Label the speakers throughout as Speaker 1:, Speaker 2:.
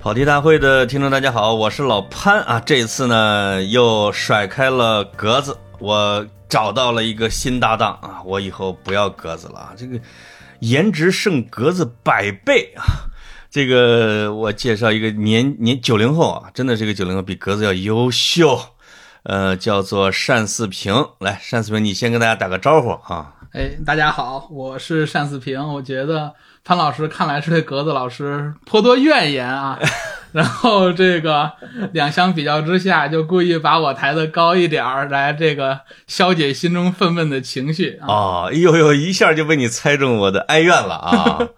Speaker 1: 跑题大会的听众，大家好，我是老潘啊。这次呢，又甩开了格子，我找到了一个新搭档啊。我以后不要格子了啊，这个颜值胜格子百倍啊。这个我介绍一个年年九零后啊，真的这个九零后比格子要优秀，呃，叫做单四平。来，单四平，你先跟大家打个招呼啊。
Speaker 2: 哎，大家好，我是单思平。我觉得潘老师看来是对格子老师颇多怨 言啊，然后这个两相比较之下，就故意把我抬得高一点儿，来这个消解心中愤懑的情绪啊。
Speaker 1: 哦，哎呦呦，一下就被你猜中我的哀怨了 啊！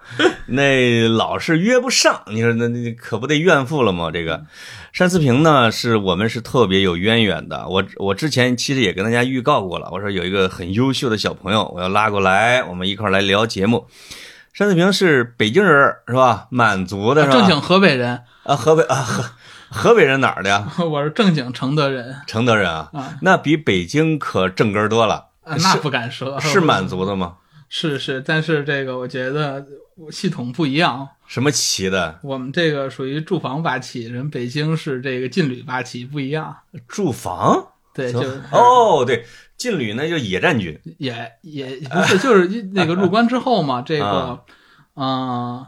Speaker 1: 那老是约不上，你说那那可不得怨妇了吗？这
Speaker 2: 嗯
Speaker 1: 个单思平呢，是我们是特别有渊源的。我我之前其实也跟大家预告过了，我说有一个很优秀的小朋友，我要拉过来，我们一块儿来聊节目。单思平是北京人儿是吧？满族的是吧？
Speaker 2: 啊正经河北人，
Speaker 1: 啊，河北啊河河北人哪儿的呀？
Speaker 2: 我是正经承德人，
Speaker 1: 承德人啊，
Speaker 2: 啊
Speaker 1: 那比北京可正根儿多了。
Speaker 2: 啊那不敢说
Speaker 1: 哎是满族的吗？
Speaker 2: 是是，但是这个我觉得系统不一样，
Speaker 1: 什么旗的？
Speaker 2: 我们这个属于住房八旗，人北京是这个劲旅八旗，不一样。
Speaker 1: 住房？
Speaker 2: 对，
Speaker 1: 行
Speaker 2: 就是
Speaker 1: 哦，对，劲旅那就是野战军
Speaker 2: 也也不是，就是一那个入关之后嘛，这个，
Speaker 1: 啊
Speaker 2: 嗯、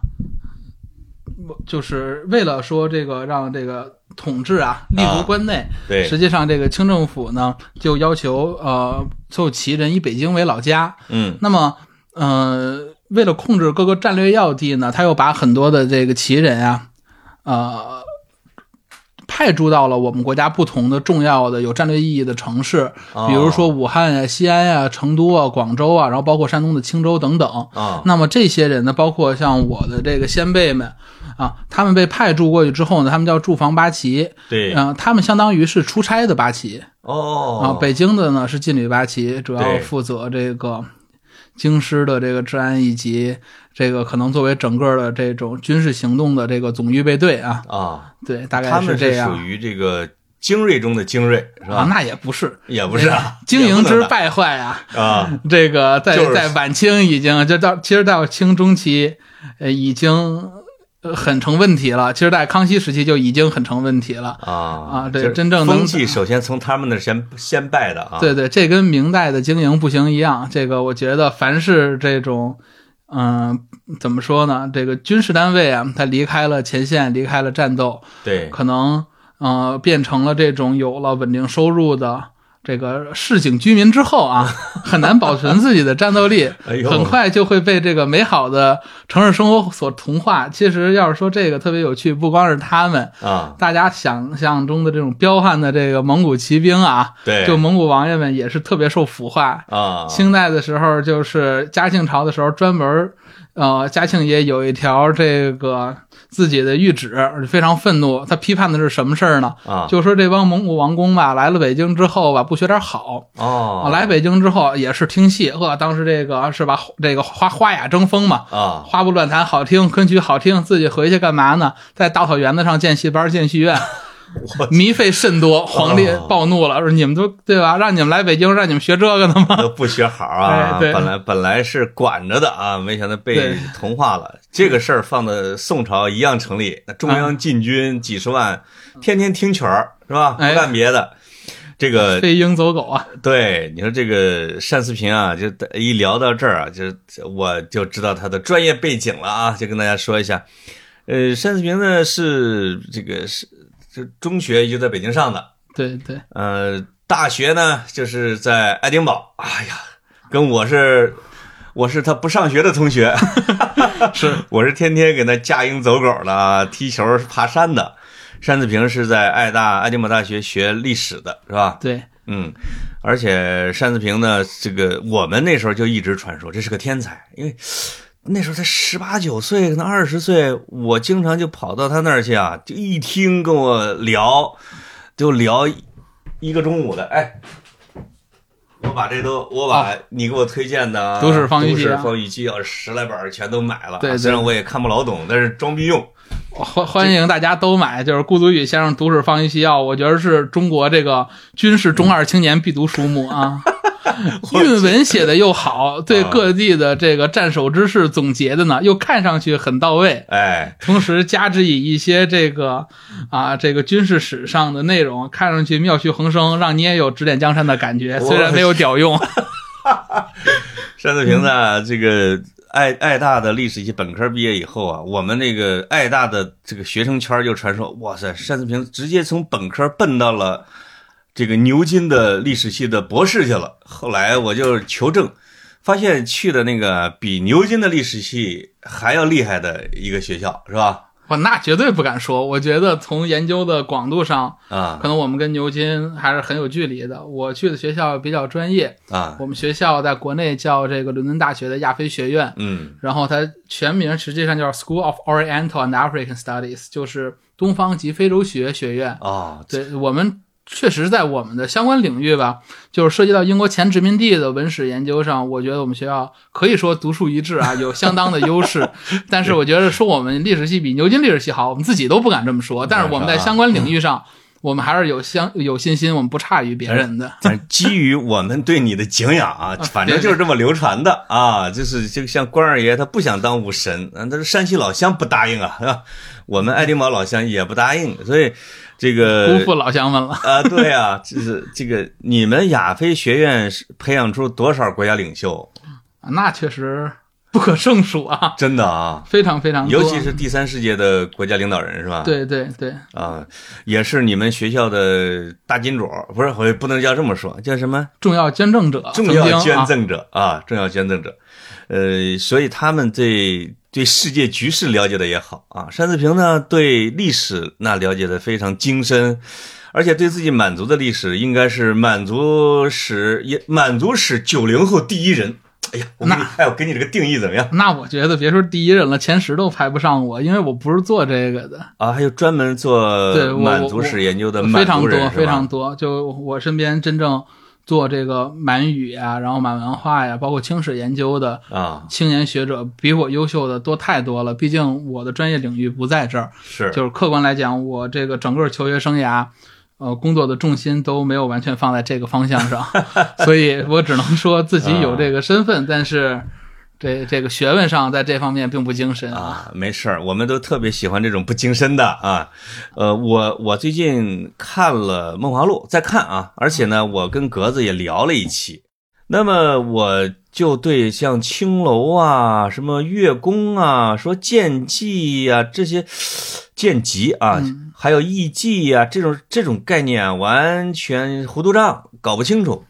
Speaker 2: 我就是为了说这个让这个统治啊立
Speaker 1: 啊
Speaker 2: 足关内，
Speaker 1: 对
Speaker 2: 实际上这个清政府呢就要求呃所有旗人以北京为老家，
Speaker 1: 嗯，
Speaker 2: 那么呃为了控制各个战略要地呢，他又把很多的这个旗人啊，呃。派驻到了我们国家不同的重要的有战略意义的城市，
Speaker 1: 哦
Speaker 2: 比如说武汉呀、西安呀、成都啊、广州啊，然后包括山东的青州等等。
Speaker 1: 啊，
Speaker 2: 那么这些人呢，包括像我的这个先辈们啊，他们被派驻过去之后呢，他们叫驻防八旗，
Speaker 1: 对，
Speaker 2: 嗯、他们相当于是出差的八旗啊
Speaker 1: 哦，。
Speaker 2: 北京的呢是劲旅八旗，主要
Speaker 1: 对
Speaker 2: 负责这个京师的这个治安以及这个可能作为整个的这种军事行动的这个总预备队啊，
Speaker 1: 啊，
Speaker 2: 对，大概
Speaker 1: 他们
Speaker 2: 这
Speaker 1: 是
Speaker 2: 样
Speaker 1: 属于这个精锐中的精锐，是
Speaker 2: 啊，
Speaker 1: 吧？
Speaker 2: 那也不是。
Speaker 1: 也不是啊，
Speaker 2: 经
Speaker 1: 也不
Speaker 2: 营
Speaker 1: 能
Speaker 2: 之
Speaker 1: 打
Speaker 2: 败坏啊，
Speaker 1: 啊，
Speaker 2: 这个在、
Speaker 1: 就是
Speaker 2: 在晚清已经就到，其实到清中期，呃，已经呃很成问题了。其实，在康熙时期就已经很成问题了。
Speaker 1: 啊
Speaker 2: 啊对
Speaker 1: 就是
Speaker 2: 真正能
Speaker 1: 风气首先从他们那儿先先拜的啊，
Speaker 2: 对对，这跟明代的经营不行一样。这个我觉得，凡是这种，嗯、怎么说呢？这个军事单位啊，它离开了前线，离开了战斗，
Speaker 1: 对
Speaker 2: 可能呃变成了这种有了稳定收入的。这个市井居民之 后啊，很难保存自己的战斗力，
Speaker 1: 哎呦，
Speaker 2: 很快就会被这个美好的城市生活所同化。其实要是说这个特别有趣，不光是他们，
Speaker 1: 啊，
Speaker 2: 大家想象中的这种彪悍的这个蒙古骑兵啊，
Speaker 1: 对，
Speaker 2: 就蒙古王爷们也是特别受腐化。
Speaker 1: 啊，
Speaker 2: 清代的时候，就是嘉庆朝的时候，专门儿，呃，嘉庆爷有一条这个自己的谕旨，非常愤怒。他批判的是什么事儿呢？
Speaker 1: 啊，
Speaker 2: 就说这帮蒙古王公吧，来了北京之后吧，不学点好，
Speaker 1: 哦
Speaker 2: 啊，，来北京之后也是听戏，呵，当时这个是吧？这个花花雅争锋嘛，
Speaker 1: 啊，
Speaker 2: 花布乱弹好听，昆曲好听，自己回去干嘛呢？在大草原子上建戏班、建戏院，糜费甚多。皇帝
Speaker 1: 哦
Speaker 2: 暴怒了，说你们都对吧？让你们来北京，让你们学这个呢 吗？
Speaker 1: 都不学好啊！
Speaker 2: 哎对
Speaker 1: 本来本来是管着的啊，没想到被
Speaker 2: 对
Speaker 1: 同化了。这个事儿放到宋朝一样成立，那中央禁军几十万，天天听曲儿是吧？不
Speaker 2: 哎
Speaker 1: 干别的。这 个
Speaker 2: 飞鹰走狗啊，
Speaker 1: 对你说这个单思平啊，就一聊到这儿啊，就是我就知道他的专业背景了啊，就跟大家说一下。呃，单思平呢是这个是这中学就在北京上的，
Speaker 2: 对对，
Speaker 1: 呃，大学呢就是在爱丁堡。哎呀，跟我是我是他不上学的同学，
Speaker 2: 是
Speaker 1: 我是天天给他架鹰走狗的啊，踢球、爬山的。单子平是在爱大爱丁堡大学学历史的，是吧？
Speaker 2: 对
Speaker 1: 嗯，而且单子平呢，这个我们那时候就一直传说这是个天才，因为那时候才十八九岁，可能二十岁，我经常就跑到他那儿去啊，就一听跟我聊，就聊一个中午的。哎，我把这都，我把你给我推荐的啊
Speaker 2: 啊都市放
Speaker 1: 都
Speaker 2: 映记
Speaker 1: 市
Speaker 2: 啊
Speaker 1: 放映记啊，十来本儿全都买了，啊
Speaker 2: 对对
Speaker 1: 虽然我也看不老懂，但是装逼用。
Speaker 2: 欢欢迎大家都买，就是顾足宇先生《读史放于西药》，我觉得是中国这个军事中二青年必读书目啊。韵文写的又好，对各地的这个战守之事总结的呢，又看上去很到位。
Speaker 1: 哎，
Speaker 2: 同时加之以一些这个啊，这个军事史上的内容，看上去妙趣横生，让你也有指点江山的感觉，
Speaker 1: 我
Speaker 2: 虽然没有屌用。
Speaker 1: 单子平呢，这个爱爱大的历史系本科毕业以后啊，我们那个爱大的这个学生圈就传说，哇塞，单子平直接从本科奔到了这个牛津的历史系的博士去了。后来我就求证，发现去的那个啊比牛津的历史系还要厉害的一个学校，是吧？
Speaker 2: 我那绝对不敢说，我觉得从研究的广度上，
Speaker 1: 啊
Speaker 2: 可能我们跟牛津还是很有距离的。我去的学校比较专业，
Speaker 1: 啊，
Speaker 2: 我们学校在国内叫这个伦敦大学的亚非学院，
Speaker 1: 嗯
Speaker 2: 然后它全名实际上叫 School of Oriental and African Studies，就是东方及非洲学学院。
Speaker 1: 啊，
Speaker 2: 对我们确实在我们的相关领域吧，就是涉及到英国前殖民地的文史研究上，我觉得我们学校可以说独树一帜啊，有相当的优势。 但是我觉得说我们历史系比牛津历史系好，我们自己都不敢这么说。但是我们在相关领域上，我们还是有相有信心，我们不差于别人的。
Speaker 1: 反正基于我们对你的敬仰啊，反正就是这么流传的啊，就是就像关二爷他不想当武神，嗯，但是山西老乡不答应啊，是吧？我们爱丁堡老乡也不答应，所以这
Speaker 2: 辜
Speaker 1: 个
Speaker 2: 负老乡们了。
Speaker 1: 啊，对啊，就是这个你们亚非学院是培养出多少国家领袖？
Speaker 2: 那确实不可胜数啊，
Speaker 1: 真的啊，
Speaker 2: 非常非常多，
Speaker 1: 尤其是第三世界的国家领导人是吧？。
Speaker 2: 对对对，
Speaker 1: 啊，也是你们学校的大金主，不是，我不能叫这么说，叫什么？
Speaker 2: 重要捐赠者，
Speaker 1: 重要
Speaker 2: 曾经
Speaker 1: 捐
Speaker 2: 啊，
Speaker 1: 赠者啊，重要捐赠者，呃，所以他们对对世界局势了解的也好啊，单子平呢对历史那了解的非常精深，而且对自己满族的历史应该是满族史也满族史九零后第一人。哎呀，我给你，哎，我给你这个定义怎么样
Speaker 2: 那我觉得别说第一任了，前十都排不上我，因为我不是做这个的，
Speaker 1: 啊？还有专门
Speaker 2: 对
Speaker 1: 做
Speaker 2: 我
Speaker 1: 满族史研究的
Speaker 2: 非
Speaker 1: 满
Speaker 2: 常
Speaker 1: 族人
Speaker 2: 多
Speaker 1: 是吧
Speaker 2: 非常多。就我身边真正做这个满语啊，然后满文化呀、包括清史研究的
Speaker 1: 啊，
Speaker 2: 青年学者，比我优秀的多太多了。毕竟我的专业领域不在这儿，
Speaker 1: 是
Speaker 2: 就是客观来讲，我这个整个求学生涯，呃，工作的重心都没有完全放在这个方向 上，所以我只能说自己
Speaker 1: 嗯
Speaker 2: 有这个身份，但是这这个学问上在这方面并不精深。
Speaker 1: 啊，没事儿，我们都特别喜欢这种不精深的啊。呃，我我最近看了《梦华录》，在看啊，而且呢，我跟格子也聊了一期。那么我就对像青楼啊、什么月宫啊、说剑技呀、这些 剑籍啊，
Speaker 2: 嗯
Speaker 1: 还有艺伎呀、这种这种概念啊，完全糊涂账，搞不清楚。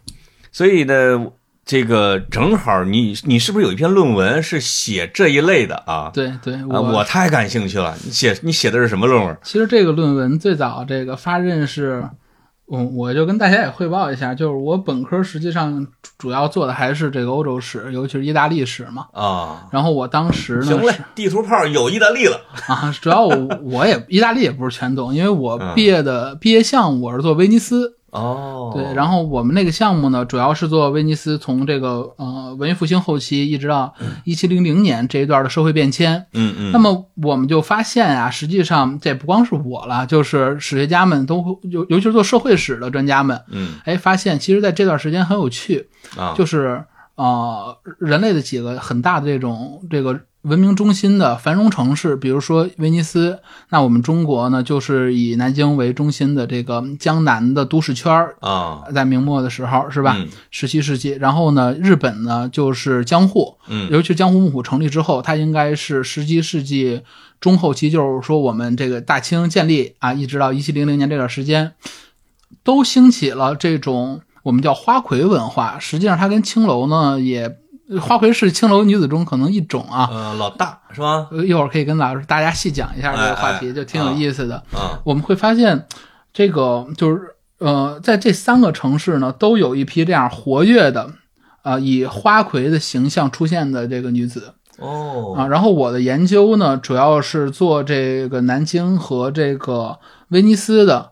Speaker 1: 所以呢，这个正好你你是不是有一篇论文是写这一类的啊？
Speaker 2: 对对，
Speaker 1: 啊，我太感兴趣了！你写你写的是什么论文？
Speaker 2: 其实这个论文最早这个发轫是，嗯，我就跟大家也汇报一下，就是我本科实际上主要做的还是这个欧洲史，尤其是意大利史嘛。
Speaker 1: 啊，
Speaker 2: 然后我当时呢，
Speaker 1: 行嘞，地图炮有意大利了
Speaker 2: 啊，主要我 我也意大利也不是全懂，因为我
Speaker 1: 嗯
Speaker 2: 毕业的、毕业项目我是做威尼斯，
Speaker 1: 哦
Speaker 2: 对，然后我们那个项目呢，主要是做威尼斯从这个呃文艺复兴后期一直到一七零零年这一段的社会变迁。
Speaker 1: 嗯嗯，
Speaker 2: 那么我们就发现啊，实际上这不光是我了，就是史学家们都会，尤尤其是做社会史的专家们，
Speaker 1: 嗯
Speaker 2: 哎，发现其实在这段时间很有趣，
Speaker 1: 啊，
Speaker 2: 就是呃，人类的几个很大的这种这个文明中心的繁荣城市，比如说威尼斯，那我们中国呢，就是以南京为中心的这个江南的都市圈儿，
Speaker 1: 啊，嗯
Speaker 2: 在明末的时候是
Speaker 1: 是
Speaker 2: 吧？？十七世纪，然后呢，日本呢就是江户，
Speaker 1: 嗯
Speaker 2: 尤其江户幕府成立之后，它应该是十七世纪中后期，就是说我们这个大清建立啊，一直到一七零零年这段时间，都兴起了这种我们叫花魁文化。实际上，它跟青楼呢也，花魁是青楼女子中可能一种啊。
Speaker 1: 呃，老大是吧？
Speaker 2: 呃一会儿可以跟老师大家细讲一下这个话
Speaker 1: 哎
Speaker 2: 题，
Speaker 1: 哎
Speaker 2: 就挺有意思的。
Speaker 1: 啊
Speaker 2: 我们会发现，这个就是呃，在这三个城市呢，都有一批这样活跃的，啊，以花魁的形象出现的这个女子啊。
Speaker 1: 哦
Speaker 2: 然后我的研究呢，主要是做这个南京和这个威尼斯的。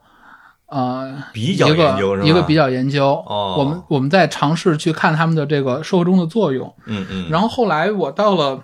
Speaker 2: 呃，
Speaker 1: 比较
Speaker 2: 一个
Speaker 1: 研究是吧
Speaker 2: 一个比较研究，
Speaker 1: 哦
Speaker 2: 我们我们在尝试去看他们的这个社会中的作用，
Speaker 1: 嗯嗯，
Speaker 2: 然后后来我到了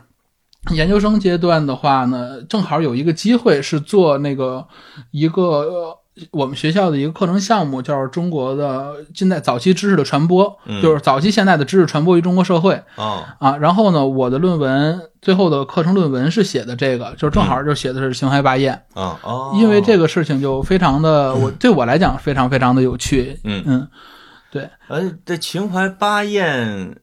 Speaker 2: 研究生阶段的话呢，正好有一个机会是做那个一个、呃我们学校的一个课程项目，叫中国的近代早期知识的传播，
Speaker 1: 嗯
Speaker 2: 就是早期现代的知识传播于中国社会
Speaker 1: 哦，
Speaker 2: 啊。然后呢，我的论文最后的课程论文是写的这个，就是正好就写的是秦淮八艳，
Speaker 1: 哦哦，
Speaker 2: 因为这
Speaker 1: 个，
Speaker 2: 个事情就非常的，我对我来讲非常非常的有趣。
Speaker 1: 嗯，
Speaker 2: 嗯
Speaker 1: 呃，这秦淮八艳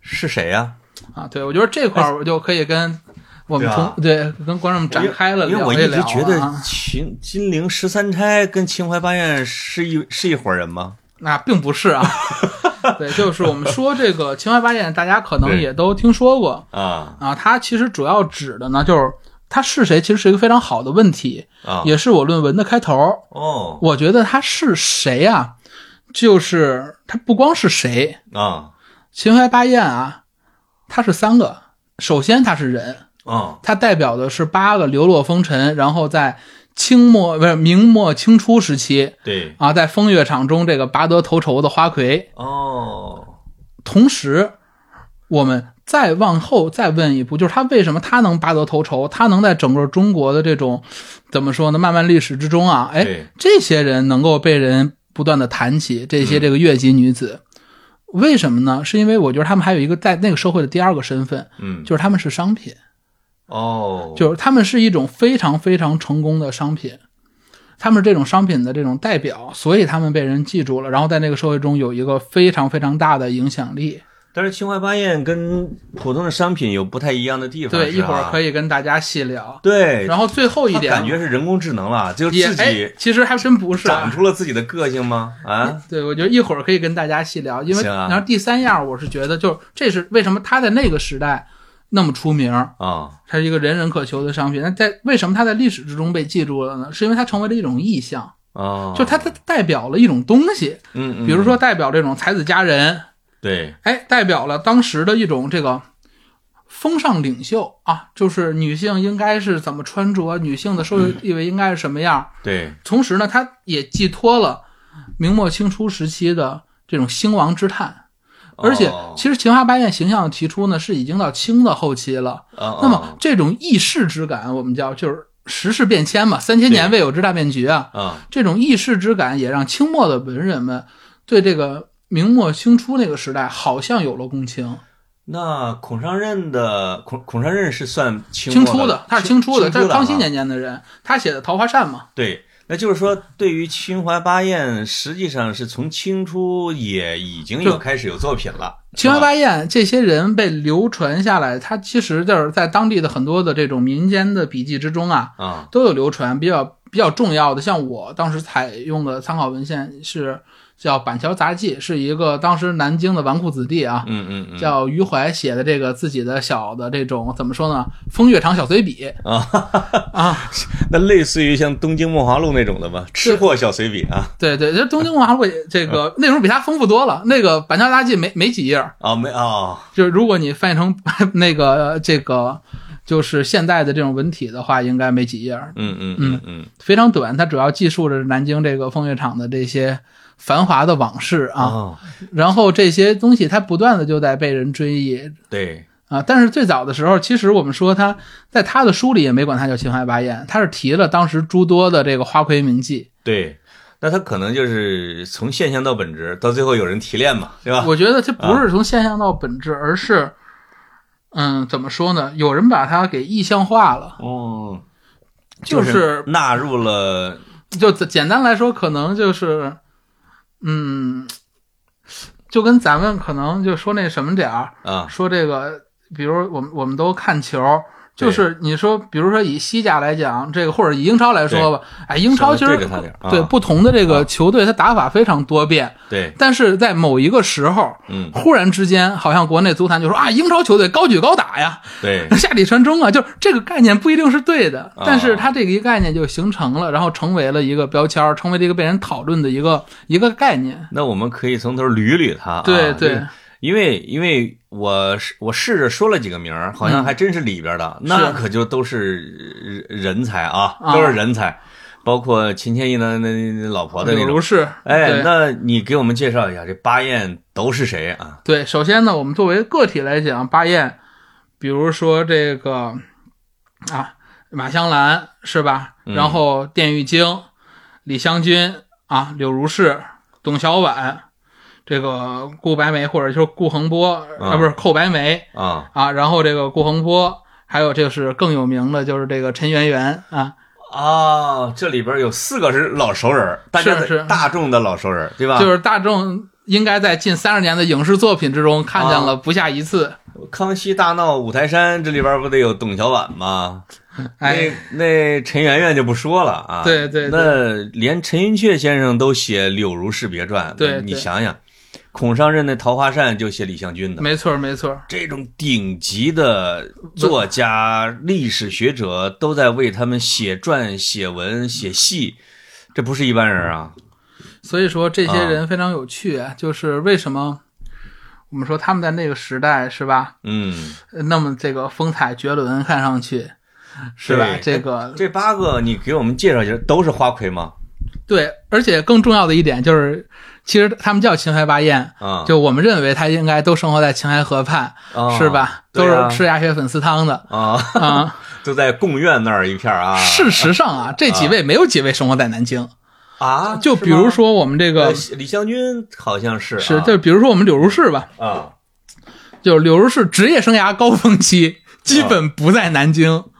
Speaker 1: 是谁呀、
Speaker 2: 啊，对我觉得这块儿我就可以跟我们同对跟观众展开了
Speaker 1: 哎啊因为
Speaker 2: 聊
Speaker 1: 我
Speaker 2: 一
Speaker 1: 一直
Speaker 2: 聊
Speaker 1: 觉得
Speaker 2: 啊，
Speaker 1: 秦金陵十三钗跟秦淮八艳是一是一伙人吗？
Speaker 2: 那并不 是啊。对，就是我们说这个秦淮八艳，大家可能
Speaker 1: 对
Speaker 2: 也都听说过。
Speaker 1: 啊
Speaker 2: 啊，它其实主要指的呢，就是他是谁，其实是一个非常好的问题，
Speaker 1: 啊
Speaker 2: 也是我论文的开头。
Speaker 1: 哦
Speaker 2: 我觉得他是谁啊，就是他不光是谁，
Speaker 1: 啊
Speaker 2: 秦淮八艳啊，他是三个。首先，他是人，
Speaker 1: 哦
Speaker 2: 他代表的是八个流落风尘，然后在清末不是明末清初时期
Speaker 1: 对
Speaker 2: 啊，在风月场中这个拔得头筹的花魁。
Speaker 1: 哦
Speaker 2: 同时，我们再往后再问一步，就是他为什么他能拔得头筹，他能在整个中国的这种怎么说呢，漫漫历史之中啊，哎，
Speaker 1: 对嗯
Speaker 2: 这些人能够被人不断的谈起，这些这个越级女子，为什么呢？是因为我觉得他们还有一个在那个社会的第二个身份，
Speaker 1: 嗯
Speaker 2: 就是他们是商品，
Speaker 1: 哦
Speaker 2: 就是他们是一种非常非常成功的商品。他们是这种商品的这种代表，所以他们被人记住了，然后在那个社会中有一个非常非常大的影响力。
Speaker 1: 但是秦淮八艳跟普通的商品有不太一样的地方，
Speaker 2: 对，一会儿可
Speaker 1: 以。
Speaker 2: 以跟大家细聊。
Speaker 1: 对，
Speaker 2: 然后最后一
Speaker 1: 它
Speaker 2: 点，
Speaker 1: 感觉是人工智能了，就
Speaker 2: 也
Speaker 1: 自
Speaker 2: 哎
Speaker 1: 己，
Speaker 2: 其实还真不是、
Speaker 1: 长
Speaker 2: 啊。
Speaker 1: 出了自己的个性吗？啊，
Speaker 2: 对，我觉得一会儿可以跟大家细聊，因为、
Speaker 1: 行啊
Speaker 2: 然后第三样，我是觉得就是这是为什么他在那个时代那么出名，
Speaker 1: 啊，
Speaker 2: 它是一个人人可求的商品。那在为什么它在历史之中被记住了呢？是因为它成为了一种意象，
Speaker 1: 哦，
Speaker 2: 就它它代表了一种东西，
Speaker 1: 嗯，嗯，
Speaker 2: 比如说代表这种才子佳人，
Speaker 1: 对，
Speaker 2: 哎，代表了当时的一种这个风尚领袖啊，就是女性应该是怎么穿着，女性的社会地位应该是什么样。
Speaker 1: 对，
Speaker 2: 同时呢，它也寄托了明末清初时期的这种兴亡之叹。而且，
Speaker 1: 哦
Speaker 2: 其实秦花八艳形象的提出呢，是已经到清的后期了。
Speaker 1: 哦
Speaker 2: 那么，这种意识之感，我们叫就是时事变迁嘛，三千年
Speaker 1: 对
Speaker 2: 未有之大变局啊。
Speaker 1: 哦啊，
Speaker 2: 这种意识之感，也让清末的文人们对这个明末清初那个时代好像有了共情。
Speaker 1: 那孔尚任的孔孔尚任是算清
Speaker 2: 清
Speaker 1: 末
Speaker 2: 初的，他是清初的，
Speaker 1: 清
Speaker 2: 他
Speaker 1: 初
Speaker 2: 是
Speaker 1: 的
Speaker 2: 康熙
Speaker 1: 啊
Speaker 2: 年间的人，他写的《桃花扇》嘛。
Speaker 1: 对。那就是说，对于秦淮八艳，实际上是从清初也已经有
Speaker 2: 就
Speaker 1: 开始有作品了。
Speaker 2: 秦淮
Speaker 1: 是吧
Speaker 2: 八艳这些人被流传下来，他其实就是在当地的很多的这种民间的笔记之中啊，
Speaker 1: 啊，
Speaker 2: 都有流传。比较比较重要的，像我当时采用的参考文献是叫《板桥杂记》，是一个当时南京的纨绔子弟啊，
Speaker 1: 嗯嗯嗯，
Speaker 2: 叫余怀写的这个自己的小的这种怎么说呢，风月场小 随笔
Speaker 1: 啊，
Speaker 2: 啊，
Speaker 1: 那类似于像东京梦华录那种的吧，吃货小随笔啊
Speaker 2: 对对，这东京文化会这
Speaker 1: 嗯
Speaker 2: 个内容比它丰富多了。那个《板桥杂记》没没几页儿，
Speaker 1: 啊没啊
Speaker 2: 就是如果你翻译成 那个呃这个就是现代的这种文体的话，应该没几页儿，
Speaker 1: 嗯嗯嗯嗯
Speaker 2: 非常短。它主要记述着南京这个风月场的这些繁华的往事啊，
Speaker 1: 哦
Speaker 2: 然后这些东西它不断的就在被人追忆。
Speaker 1: 对
Speaker 2: 啊，但是最早的时候，其实我们说他在他的书里也没管他叫秦淮八艳，他是提了当时诸多的这个花魁名妓。
Speaker 1: 对，那他可能就是从现象到本质，到最后有人提炼嘛，对吧？
Speaker 2: 我觉得这不是从现象到本质，而是，嗯，怎么说呢？有人把它给意象化了，
Speaker 1: 哦，
Speaker 2: 就是
Speaker 1: 纳入了
Speaker 2: 就简单来说，可能就是，嗯，就跟咱们可能就说那什么点儿，
Speaker 1: 啊，
Speaker 2: 说这个，比如我们我们都看球。
Speaker 1: 对
Speaker 2: 就是你说，比如说以西甲来讲，这个或者以英超来说吧，哎，英超其
Speaker 1: 稍微
Speaker 2: 实
Speaker 1: 对着他点儿啊
Speaker 2: 对不同的这
Speaker 1: 啊
Speaker 2: 个球队，它打法非常多变，
Speaker 1: 对，
Speaker 2: 但是在某一个时候，
Speaker 1: 嗯，
Speaker 2: 忽然之间，好像国内足坛就说啊，英超球队高举高打呀，
Speaker 1: 对，
Speaker 2: 下底传中啊，就是这个概念不一定是对的
Speaker 1: 啊，
Speaker 2: 但是它这个一个概念就形成了，然后成为了一个标签儿，成为了一个被人讨论的一个一个概念。
Speaker 1: 那我们可以从头捋捋他、啊，这
Speaker 2: 对对
Speaker 1: 个，因为因为我是我试着说了几个名儿，好
Speaker 2: 嗯
Speaker 1: 像还真是里边的，那可就都是呃人才啊，
Speaker 2: 啊
Speaker 1: 都是人才，包括秦千亿的那那那老婆的那
Speaker 2: 比
Speaker 1: 种
Speaker 2: 如。是
Speaker 1: 哎，
Speaker 2: 对
Speaker 1: 那你给我们介绍一下这八燕都是谁啊？
Speaker 2: 对，首先呢，我们作为个体来讲，巴彦，比如说这个啊，马香兰是吧？
Speaker 1: 嗯
Speaker 2: 然后殿玉京，李香君啊、柳如是、董小宛，这个顾白梅或者就是顾恒波
Speaker 1: 嗯
Speaker 2: 啊，不是寇白梅
Speaker 1: 啊，
Speaker 2: 啊，然后这个顾恒波，还有就是更有名的就是这个陈圆圆啊，
Speaker 1: 啊，这里边有四个是老熟人儿，大家
Speaker 2: 是是
Speaker 1: 大众的老熟人儿，对吧？
Speaker 2: 就是大众应该在近三十年的影视作品之中看见
Speaker 1: 啊
Speaker 2: 了不下一次。
Speaker 1: 康熙大闹五台山，这里边不得有董小宛吗？
Speaker 2: 哎，
Speaker 1: 那那陈圆圆就不说了啊。
Speaker 2: 对对对
Speaker 1: 那连陈寅恪先生都写《柳如是别传》，
Speaker 2: 对
Speaker 1: 你
Speaker 2: 对
Speaker 1: 想想，孔尚任那《桃花扇》就写李香君的，
Speaker 2: 没错没错，
Speaker 1: 这种顶级的作家、历史学者都在为他们写传、写文、写戏，这不是一般人啊。
Speaker 2: 所以说这些人非常有趣，啊、就是为什么我们说他们在那个时代是吧，
Speaker 1: 嗯，
Speaker 2: 呃那么这个风采绝伦，看上去是吧
Speaker 1: 对？
Speaker 2: 这个
Speaker 1: 这八个你给我们介绍一下，都是花魁吗？
Speaker 2: 对，而且更重要的一点就是，其实他们叫秦淮八艳。
Speaker 1: 啊，
Speaker 2: 就我们认为他应该都生活在秦淮河畔，
Speaker 1: 啊
Speaker 2: 是？吧？
Speaker 1: 对
Speaker 2: 都
Speaker 1: 啊
Speaker 2: 是吃鸭血粉丝 汤的
Speaker 1: 啊，
Speaker 2: 啊。
Speaker 1: 都在贡院那儿一片儿啊。
Speaker 2: 事实上啊，这几位没有几位生活在南京，
Speaker 1: 啊，
Speaker 2: 就是比如
Speaker 1: 吗
Speaker 2: 说我们这
Speaker 1: 呃
Speaker 2: 个
Speaker 1: 李香君好像是
Speaker 2: 是，
Speaker 1: 啊
Speaker 2: 就比如说我们柳如是吧，
Speaker 1: 啊
Speaker 2: 就是柳如是职业生涯高峰期
Speaker 1: 啊
Speaker 2: 基本不在南京，
Speaker 1: 哦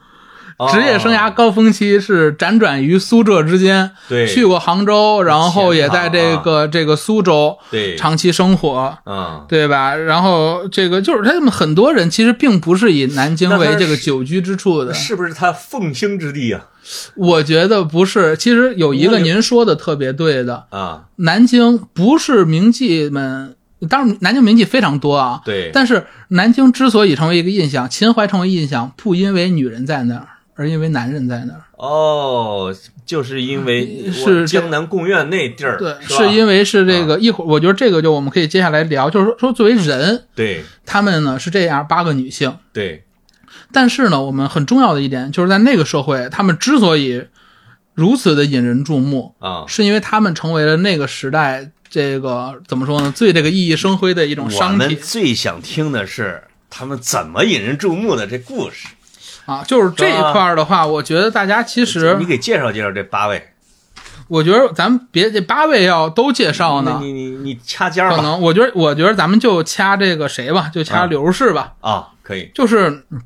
Speaker 2: 职业生涯高峰期是辗转于苏浙之间，
Speaker 1: 对啊
Speaker 2: 去过杭州，然后也在这个这个苏州
Speaker 1: 对
Speaker 2: 长期生活。
Speaker 1: 嗯，
Speaker 2: 对吧？然后这个就是他们很多人其实并不是以南京
Speaker 1: 那他
Speaker 2: 为
Speaker 1: 是
Speaker 2: 这个久居之处的，
Speaker 1: 是不是他奉兴之地啊？
Speaker 2: 我觉得不是。其实有一
Speaker 1: 那
Speaker 2: 个
Speaker 1: 就
Speaker 2: 您说的特别对的，
Speaker 1: 啊，
Speaker 2: 南京不是名妓们，当然南京名妓非常多啊。
Speaker 1: 对
Speaker 2: 但是南京之所以成为一个印象，秦淮成为印象，不因为女人在那儿，而因为男人在那儿。
Speaker 1: 哦，就是因为
Speaker 2: 嗯是
Speaker 1: 我江南贡院那地儿，
Speaker 2: 对，
Speaker 1: 是吧
Speaker 2: 因为是这个、一会儿，我觉得这个就我们可以接下来聊，就是说说作为人，
Speaker 1: 对
Speaker 2: 他们呢是这样八个女性，
Speaker 1: 对
Speaker 2: 但是呢，我们很重要的一点就是在那个社会，他们之所以如此的引人注目，
Speaker 1: 啊，
Speaker 2: 是因为他们成为了那个时代。这个怎么说呢？最这个熠熠生辉的一种
Speaker 1: 我
Speaker 2: 商
Speaker 1: 们
Speaker 2: 品
Speaker 1: 最想听的是他们怎么引人注目的这故事。
Speaker 2: 啊，就是这
Speaker 1: 是吧
Speaker 2: 一块儿的话，我觉得大家其
Speaker 1: 你
Speaker 2: 实，
Speaker 1: 给介绍介绍这八位，
Speaker 2: 我觉得咱们别这八位要都介绍
Speaker 1: 那
Speaker 2: 呢，
Speaker 1: 你你你掐尖儿
Speaker 2: 可
Speaker 1: 吧
Speaker 2: 能我觉得，我觉得咱们就掐这个谁吧，就
Speaker 1: 啊
Speaker 2: 掐柳如是吧，
Speaker 1: 啊，可以
Speaker 2: 就是嗯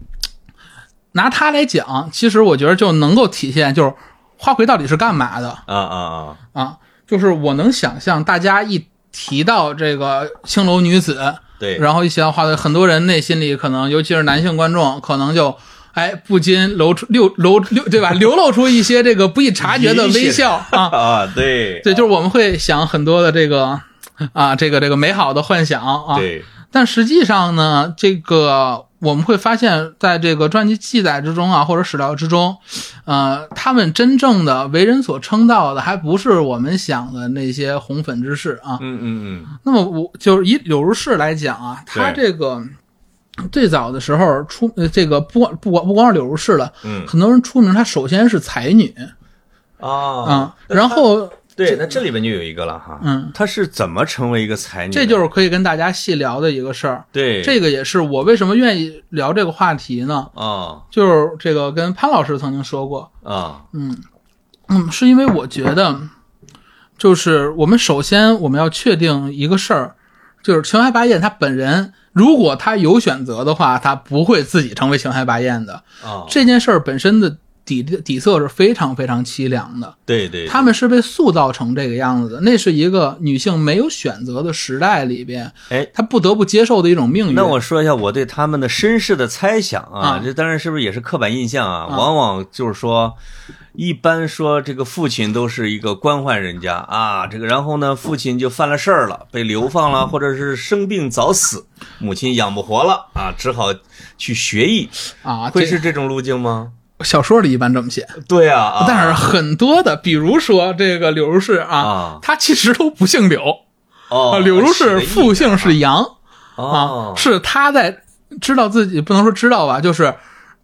Speaker 2: 拿他来讲，其实我觉得就能够体现就是花魁到底是干嘛的
Speaker 1: 啊啊啊
Speaker 2: 啊，就是我能想象大家一。提到这个青楼女子，，
Speaker 1: 对，
Speaker 2: 然后一提到花魁，很多人内心里可能，尤其是男性观众，可能就哎不禁流出流流流对吧，流露出一些这个不易察觉的微笑啊。
Speaker 1: 啊对
Speaker 2: 对，就是我们会想很多的这个啊，这个这个美好的幻想啊。
Speaker 1: 对
Speaker 2: 但实际上呢，这个我们会发现，在这个传记记载之中啊，或者史料之中，呃，他们真正的为人所称道的，还不是我们想的那些红粉之士啊。
Speaker 1: 嗯嗯嗯
Speaker 2: 那么我就是以柳如是来讲啊，他
Speaker 1: 对
Speaker 2: 这个最早的时候出呃这个不光不光不光是柳如是了，
Speaker 1: 嗯
Speaker 2: 很多人出名，她首先是才女
Speaker 1: 啊
Speaker 2: 啊，然后
Speaker 1: 对，那这里边就有一个了哈，
Speaker 2: 嗯，
Speaker 1: 她是怎么成为一个才女的？
Speaker 2: 这就是可以跟大家细聊的一个事儿。
Speaker 1: 对
Speaker 2: 这个也是我为什么愿意聊这个话题呢？
Speaker 1: 啊
Speaker 2: 就是这个跟潘老师曾经说过，
Speaker 1: 啊
Speaker 2: 嗯，是因为我觉得，就是我们首先我们要确定一个事儿，就是秦淮八艳她本人，如果她有选择的话，她不会自己成为秦淮八艳的。
Speaker 1: 啊，
Speaker 2: 这件事儿本身的底底色是非常非常凄凉的，
Speaker 1: 对对，
Speaker 2: 他们是被塑造成这个样子的，那是一个女性没有选择的时代里边，
Speaker 1: 哎。
Speaker 2: 她不得不接受的一种命运。
Speaker 1: 那我说一下我对他们的身世的猜想啊，
Speaker 2: 啊
Speaker 1: 这当然是不是也是刻板印象啊？
Speaker 2: 啊
Speaker 1: 往往就是说，一般说这个父亲都是一个官宦人家啊，这个然后呢，父亲就犯了事儿了，被流放了，或者是生病早死，母亲养不活了啊，只好去学艺，
Speaker 2: 啊，
Speaker 1: 会
Speaker 2: 这
Speaker 1: 是这种路径吗？
Speaker 2: 小说里一般这么写，
Speaker 1: 对啊，啊
Speaker 2: 但是很多的，比如说这个柳如是啊，
Speaker 1: 啊，
Speaker 2: 她其实都不姓柳啊，
Speaker 1: 哦，
Speaker 2: 柳如
Speaker 1: 起
Speaker 2: 是
Speaker 1: 了意
Speaker 2: 父姓是杨啊
Speaker 1: 哦，，
Speaker 2: 是她在知道自己不能说知道吧，就是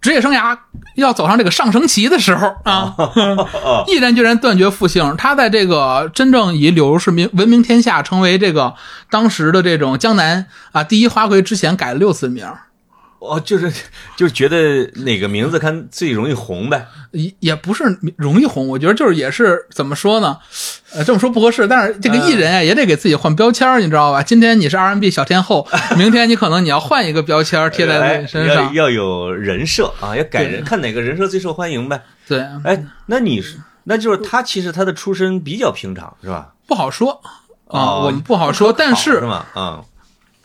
Speaker 2: 职业生涯要走上这个上升期的时候啊，
Speaker 1: 哦
Speaker 2: 毅然决然断绝父姓。她在这个真正以柳如是名闻名天下，成为这个当时的这种江南啊第一花魁之前改了六次名儿。
Speaker 1: 哦，就是就是觉得哪个名字看最容易红呗。
Speaker 2: 也也不是容易红，我觉得就是也是怎么说呢，呃，这么说不合适，但是这个艺人
Speaker 1: 嗯
Speaker 2: 啊、也得给自己换标签儿，你知道吧？今天你是 R&B 小天后，明天你可能你要换一个标签儿贴在自己身
Speaker 1: 哎 要
Speaker 2: 上。
Speaker 1: 要有人设啊，要改
Speaker 2: 对
Speaker 1: 人，看哪个人设最受欢迎呗。
Speaker 2: 对，
Speaker 1: 哎，那你是那就是他，其实他的出身比较平常，是吧？
Speaker 2: 不好说啊，
Speaker 1: 哦
Speaker 2: 我们不好说，但
Speaker 1: 好是
Speaker 2: 是
Speaker 1: 吗？啊，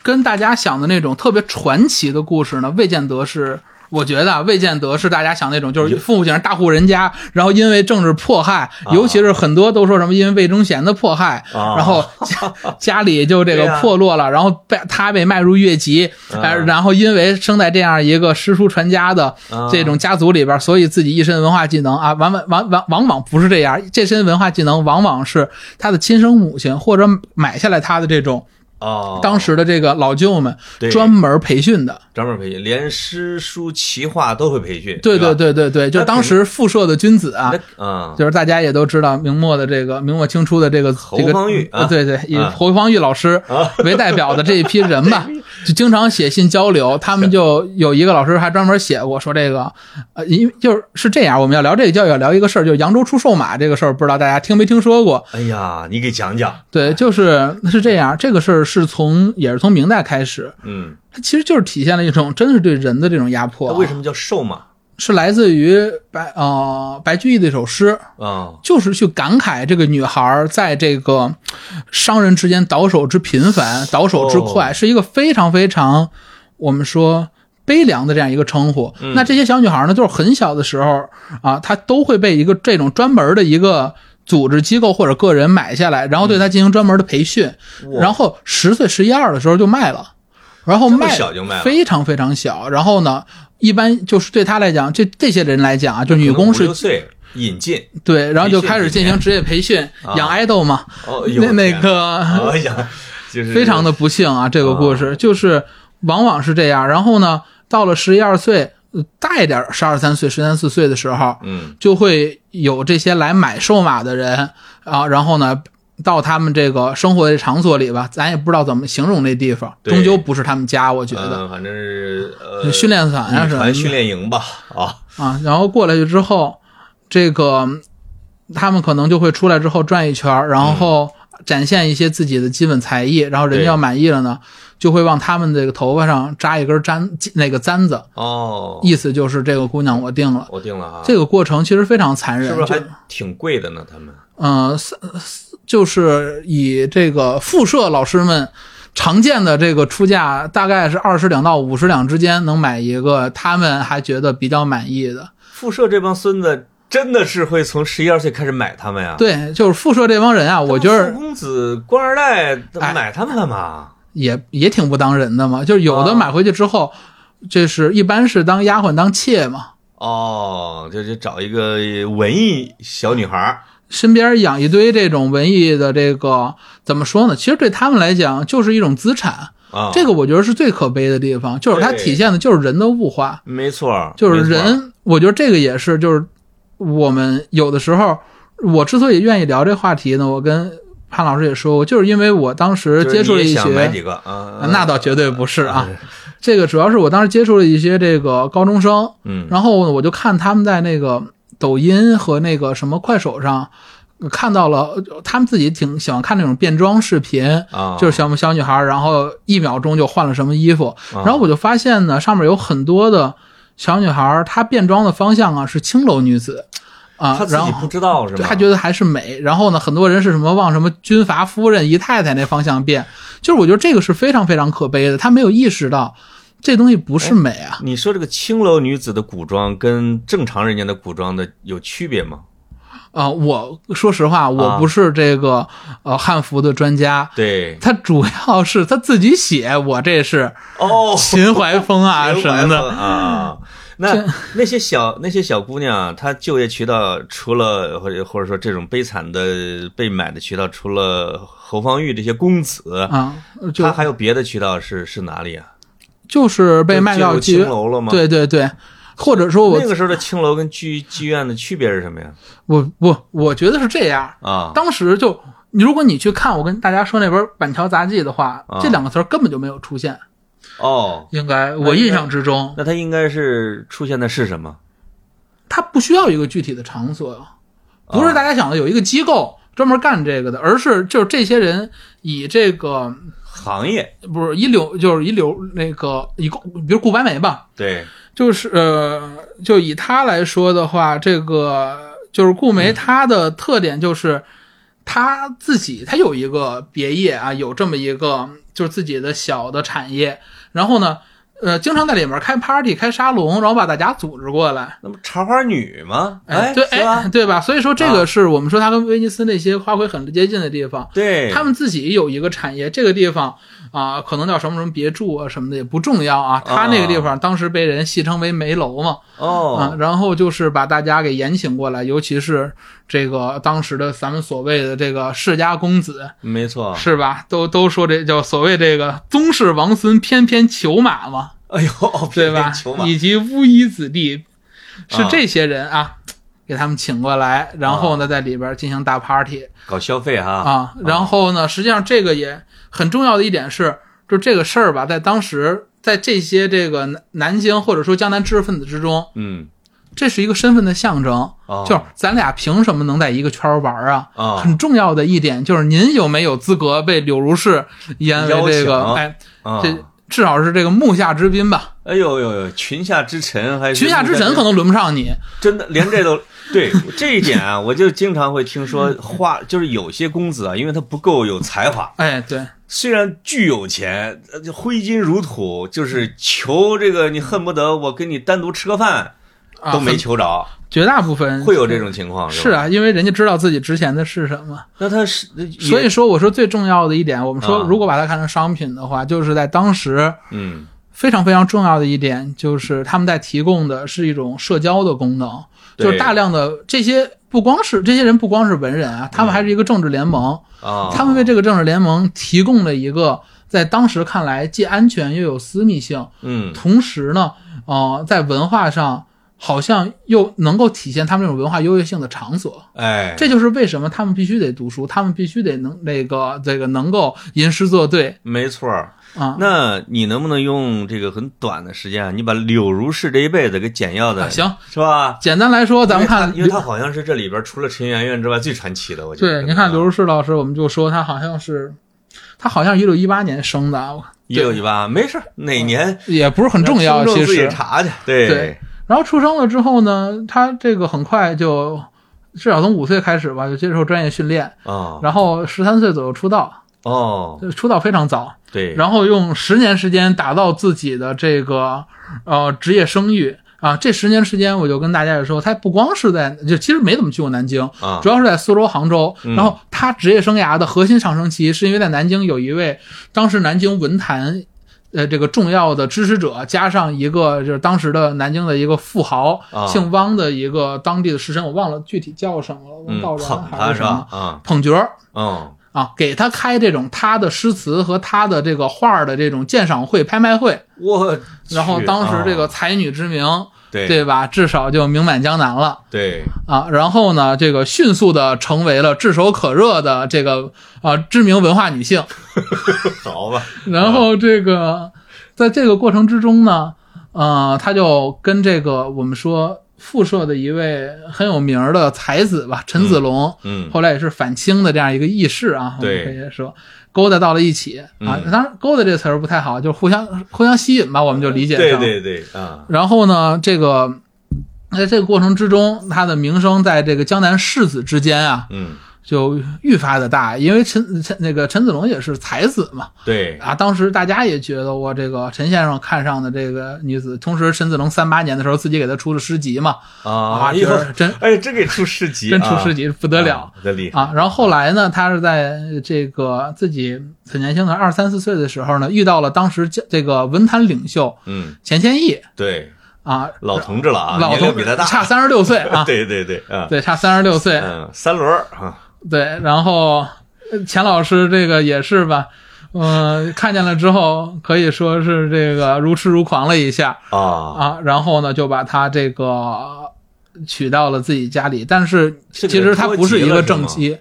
Speaker 2: 跟大家想的那种特别传奇的故事呢，未见得是。我觉得啊未见得是大家想那种，就是父亲是大户人家，然后因为政治迫害，尤其是很多都说什么因为魏忠贤的迫害，
Speaker 1: 啊
Speaker 2: 然后家家里就这
Speaker 1: 对
Speaker 2: 个
Speaker 1: 呀
Speaker 2: 破落了，然后被他被卖入越级，
Speaker 1: 嗯
Speaker 2: 哎，然后因为生在这样一个诗书传家的
Speaker 1: 啊
Speaker 2: 这种家族里边儿，所以自己一身文化技能啊，往往往往往往不是这样，这身文化技能往往是他的亲生母亲或者买下来他的这种
Speaker 1: 哦，
Speaker 2: 当时的这个老舅们
Speaker 1: 对
Speaker 2: 专门培训的，
Speaker 1: 专门培训，连诗书棋画都会培训。对
Speaker 2: 对对
Speaker 1: 吧
Speaker 2: 对对对，就
Speaker 1: 那肯定
Speaker 2: 当时富庶的君子啊，
Speaker 1: 那啊，
Speaker 2: 就是大家也都知道明末的这个明末清初的这个这个
Speaker 1: 方玉啊
Speaker 2: 呃对对，以
Speaker 1: 啊
Speaker 2: 侯方域老师为代表的这一批人 吧，就经常写信交流。他们就有一个老师还专门写过说这个，呃，因为就是是这样，我们要聊这个教育要聊一个事儿，就是扬州出瘦马这个事儿，不知道大家听没听说过？
Speaker 1: 哎呀，你给讲讲，
Speaker 2: 对，就是是这样，这个事儿是从也是从明代开始，
Speaker 1: 嗯，
Speaker 2: 它其实就是体现了一种真的是对人的这种压迫
Speaker 1: 那
Speaker 2: 啊、
Speaker 1: 为什么叫瘦马
Speaker 2: 是来自于白呃白居易的一首诗，
Speaker 1: 啊？
Speaker 2: 就是去感慨这个女孩儿在这个商人之间倒手之频繁、倒手之快，
Speaker 1: 哦
Speaker 2: 是一个非常非常我们说悲凉的这样一个称呼。
Speaker 1: 嗯
Speaker 2: 那这些小女孩儿呢，就是很小的时候啊，她都会被一个这种专门的一个。组织机构或者个人买下来，然后对她进行专门的培训，
Speaker 1: 哇
Speaker 2: 然后十岁、十一二的时候就卖了，然后
Speaker 1: 嗯这么
Speaker 2: 卖
Speaker 1: 小就卖了
Speaker 2: 非常非常小。然后呢，一般就是对她来讲，这这些人来讲啊，就女工
Speaker 1: 可
Speaker 2: 是
Speaker 1: 能五六岁引进，
Speaker 2: 对，然后就
Speaker 1: 培训
Speaker 2: 开始
Speaker 1: 几
Speaker 2: 进行职业培训，
Speaker 1: 啊
Speaker 2: 养爱豆嘛。
Speaker 1: 哦，哎呦
Speaker 2: 那
Speaker 1: 我
Speaker 2: 那，个
Speaker 1: 天哪哎呀，就是
Speaker 2: 非常的不幸啊，这个故事就是往往是这样。然后呢，到了十一二岁，呃大一点十二三岁、十三四岁的时候，
Speaker 1: 嗯，
Speaker 2: 就会有这些来买瘦马的人啊，然后呢。到他们这个生活的场所里吧，咱也不知道怎么形容那地方，
Speaker 1: 对
Speaker 2: 终究不是他们家，我觉得、
Speaker 1: 嗯反正是呃
Speaker 2: 训练团啊
Speaker 1: 女
Speaker 2: 什么
Speaker 1: 团
Speaker 2: 的
Speaker 1: 训练营吧，啊，
Speaker 2: 啊。然后过来之后，这个嗯他们可能就会出来之后转一圈儿，然后展现一些自己的基本才艺，然后人
Speaker 1: 嗯
Speaker 2: 家
Speaker 1: 对
Speaker 2: 要满意了呢，就会往他们这个头发上扎一根簪那个簪子，
Speaker 1: 哦，
Speaker 2: 意思就是这个姑娘我定了。
Speaker 1: 我定了啊，
Speaker 2: 这个过程其实非常残忍，
Speaker 1: 是不是
Speaker 2: 就
Speaker 1: 还挺贵的呢？他们
Speaker 2: 嗯、是是就是以这个复社老师们常见的这个出价大概是二十两到五十两之间能买一个，他们还觉得比较满意的。
Speaker 1: 复社这帮孙子真的是会从十一二岁开始买他们呀？，
Speaker 2: 对，就是复社这帮人啊，我觉得
Speaker 1: 富公子、官二代
Speaker 2: 哎
Speaker 1: 买他们干嘛？
Speaker 2: 也也挺不当人的嘛，就是有的
Speaker 1: 啊
Speaker 2: 买回去之后，这是一般是当丫鬟当妾嘛，
Speaker 1: 哦，就就找一个文艺小女孩儿，
Speaker 2: 身边养一堆这种文艺的这个怎么说呢？其实对他们来讲就是一种资产，
Speaker 1: 啊，
Speaker 2: 这个我觉得是最可悲的地方，就是它
Speaker 1: 对
Speaker 2: 体现的就是人的物化，
Speaker 1: 没错儿，
Speaker 2: 就是
Speaker 1: 没错儿，
Speaker 2: 人，我觉得这个也是，就是我们有的时候，我之所以愿意聊这话题呢，我跟潘老师也说过，就是因为我当时
Speaker 1: 就是
Speaker 2: 接触了
Speaker 1: 你也
Speaker 2: 一些
Speaker 1: 想买几个啊
Speaker 2: 啊，那倒绝对不是啊。
Speaker 1: 嗯
Speaker 2: 这个主要是我当时接触了一些这个高中生，
Speaker 1: 嗯，
Speaker 2: 然后呢我就看他们在那个抖音和那个什么快手上呃看到了，呃他们自己挺喜欢看那种变装视频，
Speaker 1: 啊，
Speaker 2: 就是小小女孩，然后一秒钟就换了什么衣服，
Speaker 1: 啊
Speaker 2: 然后我就发现呢，上面有很多的小女孩，她变装的方向啊是青楼女子，啊
Speaker 1: 他，自
Speaker 2: 然
Speaker 1: 己
Speaker 2: 后
Speaker 1: 不。知道是
Speaker 2: 对
Speaker 1: 吗？
Speaker 2: 他觉得还是美。然后呢，很多人是什么往什么军阀夫人、姨太太那方向变，就是我觉得这个是非常非常可悲的，他没有意识到这东西不是美啊。
Speaker 1: 你说这个青楼女子的古装跟正常人家的古装的有区别吗？
Speaker 2: 啊、我说实话，我
Speaker 1: 啊
Speaker 2: 不是这个呃汉服的专家。
Speaker 1: 对，
Speaker 2: 他主要是他自己写，我这是
Speaker 1: 哦，
Speaker 2: 秦淮风啊
Speaker 1: 明
Speaker 2: 什
Speaker 1: 白
Speaker 2: 么
Speaker 1: 了
Speaker 2: 的，
Speaker 1: 啊。那那些小那些小姑娘，她就业渠道除了或者或者说这种悲惨的被买的渠道，除了侯方域这些公子，
Speaker 2: 啊，就
Speaker 1: 她还有别的渠道是是哪里啊？
Speaker 2: 就是被
Speaker 1: 就
Speaker 2: 卖
Speaker 1: 进
Speaker 2: 到
Speaker 1: 入
Speaker 2: 妓
Speaker 1: 青
Speaker 2: 院，
Speaker 1: 楼了吗？，
Speaker 2: 对对对，或者说我
Speaker 1: 那个时候的青楼跟剧剧院的区别是什么呀？
Speaker 2: 我不，我觉得是这样，
Speaker 1: 啊，
Speaker 2: 当时就，如果你去看我跟大家说那本《板桥杂记》的话
Speaker 1: 啊，
Speaker 2: 这两个词儿根本就没有出现。呃
Speaker 1: 哦，
Speaker 2: 应该我印象之中，
Speaker 1: 那它应该是出现的是什么？
Speaker 2: 它不需要一个具体的场所呀，不是
Speaker 1: 啊
Speaker 2: 大家想的有一个机构专门干这个的，而是就是这些人以这个
Speaker 1: 行业
Speaker 2: 不是一流就是一流那个以顾比如顾白梅吧，
Speaker 1: 对，
Speaker 2: 就是呃，就以他来说的话，这个就是顾梅，他的特点就是他自己，他有一个别业啊，有这么一个就是自己的小的产业，然后呢，呃，经常在里面开 party、开沙龙，然后把大家组织过来。
Speaker 1: 那不茶花女吗？
Speaker 2: 对，
Speaker 1: 是啊吧
Speaker 2: 哎，？对吧？所以说这个是我们说他跟威尼斯那些花卉很接近的地方。
Speaker 1: 对，
Speaker 2: 他们自己有一个产业，这个地方啊、可能叫什么什么别墅啊什么的也不重要啊。他那个地方当时被人戏称为梅楼嘛，啊，
Speaker 1: 哦，
Speaker 2: 然后就是把大家给延请过来，尤其是这个当时的咱们所谓的这个世家公子，
Speaker 1: 没 错。
Speaker 2: 是吧？都都说这叫所谓这个宗室王孙翩翩裘 马嘛，
Speaker 1: 哎呦，
Speaker 2: 对吧
Speaker 1: 球马？
Speaker 2: 以及乌衣子弟，是
Speaker 1: 啊
Speaker 2: 这些人啊，给他们请过来，然后
Speaker 1: 哦
Speaker 2: 呢，在里边进行大 party
Speaker 1: 搞消费哈
Speaker 2: 啊，然后呢，实际上这个也很重要的一点是，就这个事儿吧，在当时。在这些这个南南京或者说江南知识分子之中，
Speaker 1: 嗯，
Speaker 2: 这是一个身份的象征，
Speaker 1: 哦，
Speaker 2: 就是咱俩凭什么能在一个圈儿玩儿啊？
Speaker 1: 啊
Speaker 2: 很重要的一点就是您有没有资格被柳如是言为这
Speaker 1: 邀
Speaker 2: 个，
Speaker 1: 请
Speaker 2: 哎，
Speaker 1: 啊
Speaker 2: 这至少是这个幕下之宾吧？
Speaker 1: 哎呦呦呦，群下之臣还是
Speaker 2: 裙下之臣可能轮不上你，
Speaker 1: 真的连这 都对这一点啊，我就经常会听说
Speaker 2: 嗯
Speaker 1: 花，就是有些公子啊，因为他不够有才华，
Speaker 2: 哎，对，
Speaker 1: 虽然巨有钱，呃就挥金如土，
Speaker 2: 嗯
Speaker 1: 就是求这个你恨不得我跟你单独吃个饭
Speaker 2: 啊，
Speaker 1: 都没
Speaker 2: 很
Speaker 1: 求着，
Speaker 2: 绝大部分
Speaker 1: 会有这种情况
Speaker 2: 是
Speaker 1: 吧？
Speaker 2: 啊，因为人家知道自己值钱的是什么，
Speaker 1: 那他是
Speaker 2: 所以说我说最重要的一点，我们说
Speaker 1: 啊
Speaker 2: 如果把它看成商品的话，就是在当时
Speaker 1: 嗯
Speaker 2: 非常非常重要的一点就是，他们在提供的是一种社交的功能，
Speaker 1: 对
Speaker 2: 就是大量的这些不光是这些人不光是文人啊，他们还是一个政治联盟，
Speaker 1: 啊，
Speaker 2: 他们为这个政治联盟提供了一个在当时看来既安全又有私密性，
Speaker 1: 嗯
Speaker 2: 同时呢，呃，在文化上好像又能够体现他们这种文化优越性的场所。
Speaker 1: 哎
Speaker 2: 这就是为什么他们必须得读书，他们必须得能那个这个能够吟诗作对
Speaker 1: 没错儿。
Speaker 2: 啊。
Speaker 1: 那你能不能用这个很短的时间啊，你把柳如是这一辈子给简要的，
Speaker 2: 啊行，
Speaker 1: 是吧？
Speaker 2: 简单来说，咱们
Speaker 1: 因为
Speaker 2: 看
Speaker 1: 他因为他好像是这里边除了陈圆圆之外最传奇的，我觉得。
Speaker 2: 对，您看刘如是老师，我们就说他好像是，他好像一六一八年生的，啊，
Speaker 1: 一六一八，没事儿，哪年
Speaker 2: 也不是很重
Speaker 1: 听
Speaker 2: 要
Speaker 1: 众
Speaker 2: 其
Speaker 1: 自己
Speaker 2: 实。
Speaker 1: 查去。
Speaker 2: 对，然后出生了之后呢，他这个很快就，至少从五岁开始吧，就接受专业训练，
Speaker 1: 哦
Speaker 2: 然后十三岁左右出道，
Speaker 1: 哦，
Speaker 2: 出道非常早，
Speaker 1: 对，
Speaker 2: 然后用十年时间打造自己的这个呃职业声誉。啊，这十年时间，我就跟大家也说，他不光是在，就其实没怎么去过南京，
Speaker 1: 啊
Speaker 2: 主要是在苏州、杭州。
Speaker 1: 嗯
Speaker 2: 然后他职业生涯的核心上升期，是因为在南京有一位当时南京文坛。呃，这个重要的支持者加上一个就是当时的南京的一个富豪，
Speaker 1: 啊
Speaker 2: 姓汪的一个当地的士绅，我忘了具体叫什么了，
Speaker 1: 嗯
Speaker 2: 汪道，
Speaker 1: 捧
Speaker 2: 然还
Speaker 1: 他
Speaker 2: 是
Speaker 1: 是
Speaker 2: 什么
Speaker 1: 吧？啊，
Speaker 2: 捧角儿
Speaker 1: 嗯，
Speaker 2: 啊，给他开这种他的诗词和他的这个画儿的这种鉴赏会、拍卖会，
Speaker 1: 我去
Speaker 2: 然后当时这个
Speaker 1: 啊
Speaker 2: 才女之名，
Speaker 1: 对
Speaker 2: 对吧？至少就名满江南了。
Speaker 1: 对
Speaker 2: 啊，然后呢，这个迅速的成为了炙手可热的这个啊、知名文化女性。
Speaker 1: 好吧，
Speaker 2: 然后这个在这个过程之中呢，呃，她就跟这个我们说复社的一位很有名儿的才子吧，陈子龙，
Speaker 1: 嗯
Speaker 2: 后来也是反清的这样一个义士啊，我
Speaker 1: 对
Speaker 2: 们可以说勾搭到了一起啊。
Speaker 1: 嗯
Speaker 2: 当然，勾搭这词儿不太好，就是互相互相吸引吧，我们就理解
Speaker 1: 对
Speaker 2: 成
Speaker 1: 对对啊，
Speaker 2: 然后呢，这个在这个过程之中，他的名声在这个江南士子之间啊，
Speaker 1: 嗯
Speaker 2: 就愈发的大，因为陈陈那个陈子龙也是才子嘛，
Speaker 1: 对
Speaker 2: 啊，当时大家也觉得我这个陈先生看上的这个女子，同时陈子龙三八年的时候自己给他出了诗集嘛，
Speaker 1: 啊，哎
Speaker 2: 觉
Speaker 1: 呦，
Speaker 2: 得真
Speaker 1: 哎，真给出诗集，
Speaker 2: 真出诗
Speaker 1: 集
Speaker 2: 集不得了。，
Speaker 1: 这厉害
Speaker 2: 啊，然后后来呢，他是在这个自己很年轻的二三四岁的时候呢，遇到了当时这这个文坛领袖
Speaker 1: 嗯，
Speaker 2: 钱谦益
Speaker 1: 对，
Speaker 2: 啊，
Speaker 1: 老同志了啊，
Speaker 2: 老
Speaker 1: 年龄
Speaker 2: 头
Speaker 1: 比他大，，
Speaker 2: 差三十六岁啊
Speaker 1: 对对对啊，
Speaker 2: 对，差三十六岁，
Speaker 1: 嗯，三轮儿啊，
Speaker 2: 对，然后呃钱老师这个也是吧，嗯、看见了之后可以说是这个如痴如狂了一下
Speaker 1: 啊，
Speaker 2: 啊，然后呢就把他这个娶到了自己家里，但是
Speaker 1: 是给
Speaker 2: 其
Speaker 1: 他
Speaker 2: 实他
Speaker 1: 脱
Speaker 2: 不是
Speaker 1: 籍
Speaker 2: 一
Speaker 1: 了
Speaker 2: 个
Speaker 1: 是
Speaker 2: 正
Speaker 1: 吗
Speaker 2: 妻，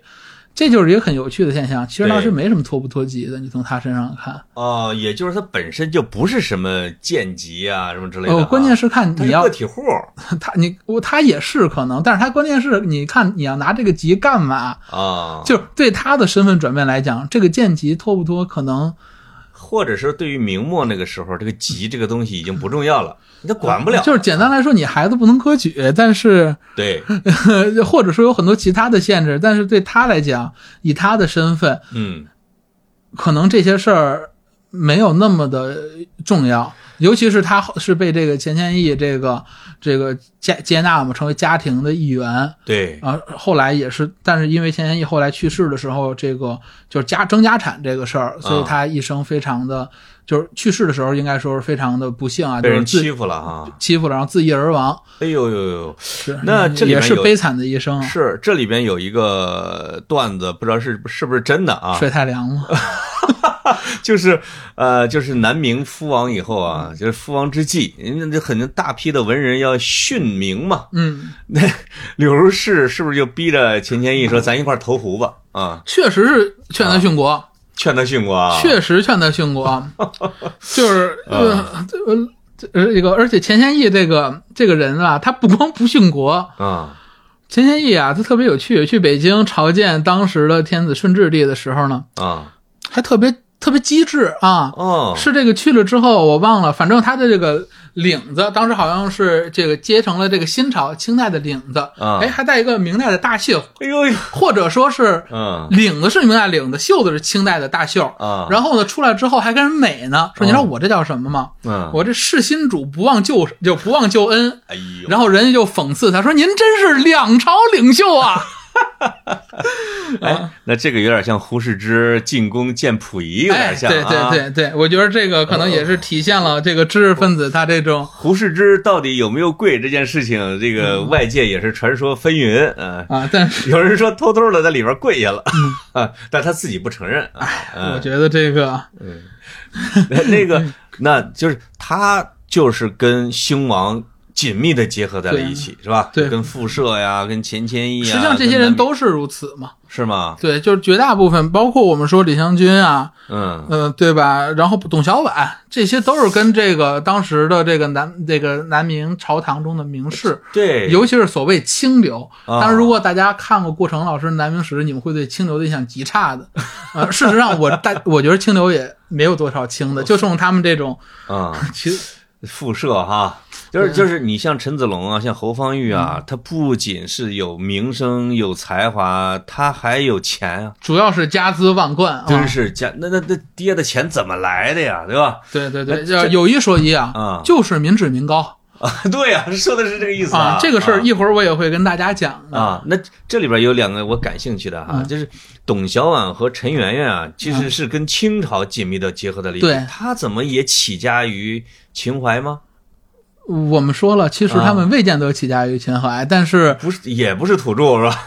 Speaker 2: 这就是一个很有趣的现象。其实当时
Speaker 1: 对
Speaker 2: 没什么脱不脱籍的，你从他身上看，
Speaker 1: 哦，也就是他本身就不是什么贱籍啊，什么之类的啊。
Speaker 2: 哦，关键
Speaker 1: 是
Speaker 2: 是看
Speaker 1: 他
Speaker 2: 你
Speaker 1: 是
Speaker 2: 要
Speaker 1: 个体户
Speaker 2: 他你我他也是可能，但是他关键是你看你要拿这个籍干嘛？
Speaker 1: 啊，
Speaker 2: 就是对他的身份转变来讲，这个见籍脱不脱，可能
Speaker 1: 或者是对于明末那个时候，这个籍这个东西已经不重要了，你都管不了。
Speaker 2: 啊就是简单来说，你孩子不能科举，但是
Speaker 1: 对，
Speaker 2: 呵或者说有很多其他的限制，但是对他来讲，以他的身份，
Speaker 1: 嗯，
Speaker 2: 可能这些事儿没有那么的重要。尤其是他是被这个钱谦益这个这个接接纳嘛，成为家庭的一员。
Speaker 1: 对，
Speaker 2: 啊，后来也是，但是因为钱谦益后来去世的时候，这个就是家争家产这个事儿，
Speaker 1: 啊
Speaker 2: 所以他一生非常的，就是去世的时候应该说是非常的不幸啊，
Speaker 1: 被
Speaker 2: 就是
Speaker 1: 人
Speaker 2: 自
Speaker 1: 欺负了哈。
Speaker 2: 欺负了，然后自缢而亡，
Speaker 1: 哎呦呦呦，
Speaker 2: 是嗯
Speaker 1: 那这里面
Speaker 2: 也是
Speaker 1: 有
Speaker 2: 悲惨的一生啊，
Speaker 1: 是这里边有一个段子，不知道是是不是真的啊？
Speaker 2: 水太凉嘛，
Speaker 1: 就是呃，就是南明覆亡以后
Speaker 2: 嗯
Speaker 1: 啊，就是覆亡之际，人家这很多大批的文人要殉明嘛。
Speaker 2: 嗯，
Speaker 1: 那柳如是是不是就逼着钱谦益
Speaker 2: 嗯
Speaker 1: 说：“咱一块儿投湖吧？”啊，
Speaker 2: 确实是劝他殉国，
Speaker 1: 劝他殉国啊。
Speaker 2: 确实劝他殉国， 就是呃呃呃这个，而且钱谦益这个这个人啊，他不光不殉国，
Speaker 1: 啊，
Speaker 2: 钱谦益啊，他特别有趣。去北京朝见当时的天子顺治帝的时候呢，
Speaker 1: 啊
Speaker 2: 还特别特别机智啊。
Speaker 1: 哦，
Speaker 2: 是这个去了之后，我忘了，反正他的这个领子，当时好像是这个接成了这个新朝清代的领子，
Speaker 1: 啊
Speaker 2: 哎，还带一个明代的大袖，
Speaker 1: 哎呦呦，
Speaker 2: 或者说是
Speaker 1: 嗯
Speaker 2: 领子是明代领子，袖子是清代的大袖。
Speaker 1: 啊，
Speaker 2: 然后呢，出来之后还跟人美呢，说你知道
Speaker 1: 嗯
Speaker 2: 我这叫什么吗？
Speaker 1: 嗯，
Speaker 2: 我这世新主不忘旧就不忘旧恩，
Speaker 1: 哎呦，
Speaker 2: 然后人家就讽刺他说：“您真是两朝领袖啊
Speaker 1: 哎，那这个有点像胡适之进宫见溥仪，！”有
Speaker 2: 哎，
Speaker 1: 点像
Speaker 2: 对
Speaker 1: 啊。
Speaker 2: 对对对，我觉得这个可能也是体现了这个知识分子他这种
Speaker 1: 胡适之到底有没有跪这件事情，这个
Speaker 2: 嗯
Speaker 1: 外界也是传说纷纭啊。
Speaker 2: 啊，但是
Speaker 1: 有人说偷偷的在里边跪下了，
Speaker 2: 嗯
Speaker 1: 啊，但他自己不承认。哎，
Speaker 2: 我
Speaker 1: 嗯
Speaker 2: 觉得这个
Speaker 1: 那个，那就是他就是跟兴王紧密的结合在了一起，是吧？
Speaker 2: 对
Speaker 1: 跟复社呀，跟钱谦益啊，
Speaker 2: 实际上这些
Speaker 1: 跟
Speaker 2: 人
Speaker 1: 南明
Speaker 2: 都是如此嘛。
Speaker 1: 是吗？
Speaker 2: 对，就是绝大部分，包括我们说李香君啊，
Speaker 1: 嗯，
Speaker 2: 嗯、对吧？然后董小宛，这些都是跟这个当时的这个南这个南明朝堂中的名士，
Speaker 1: 对，
Speaker 2: 尤其是所谓清流。
Speaker 1: 啊
Speaker 2: 当然，如果大家看过顾城老师《南明史》，你们会对清流的印象极差的。呃，事实上我，大我觉得清流也没有多少清 的，就冲他们这种，
Speaker 1: 啊，
Speaker 2: 其实
Speaker 1: 复社哈，就是就是你像陈子龙啊，像侯方域
Speaker 2: 嗯
Speaker 1: 啊，他不仅是有名声、有才华，他还有钱啊，
Speaker 2: 主要是家资万贯啊。
Speaker 1: 真是家那那那爹的钱怎么来的呀，对吧？
Speaker 2: 对对
Speaker 1: 哎
Speaker 2: 对，
Speaker 1: 这
Speaker 2: 要有一说一
Speaker 1: 啊
Speaker 2: 啊，就是民脂民膏
Speaker 1: 啊， 对呀、说的是这个意思
Speaker 2: 啊。这个事
Speaker 1: 啊
Speaker 2: 儿一会儿我也会跟大家讲的。
Speaker 1: 啊，那这里边有两个我感兴趣的哈，
Speaker 2: 嗯
Speaker 1: 就是董小宛和陈圆圆啊，其实是跟清朝紧密的结合在了一起。
Speaker 2: 对
Speaker 1: 她怎么也起家于秦淮吗？
Speaker 2: 我们说了，其
Speaker 1: 啊
Speaker 2: 实他们未见得起家于秦淮，但是
Speaker 1: 不是，也不是土著 是吧？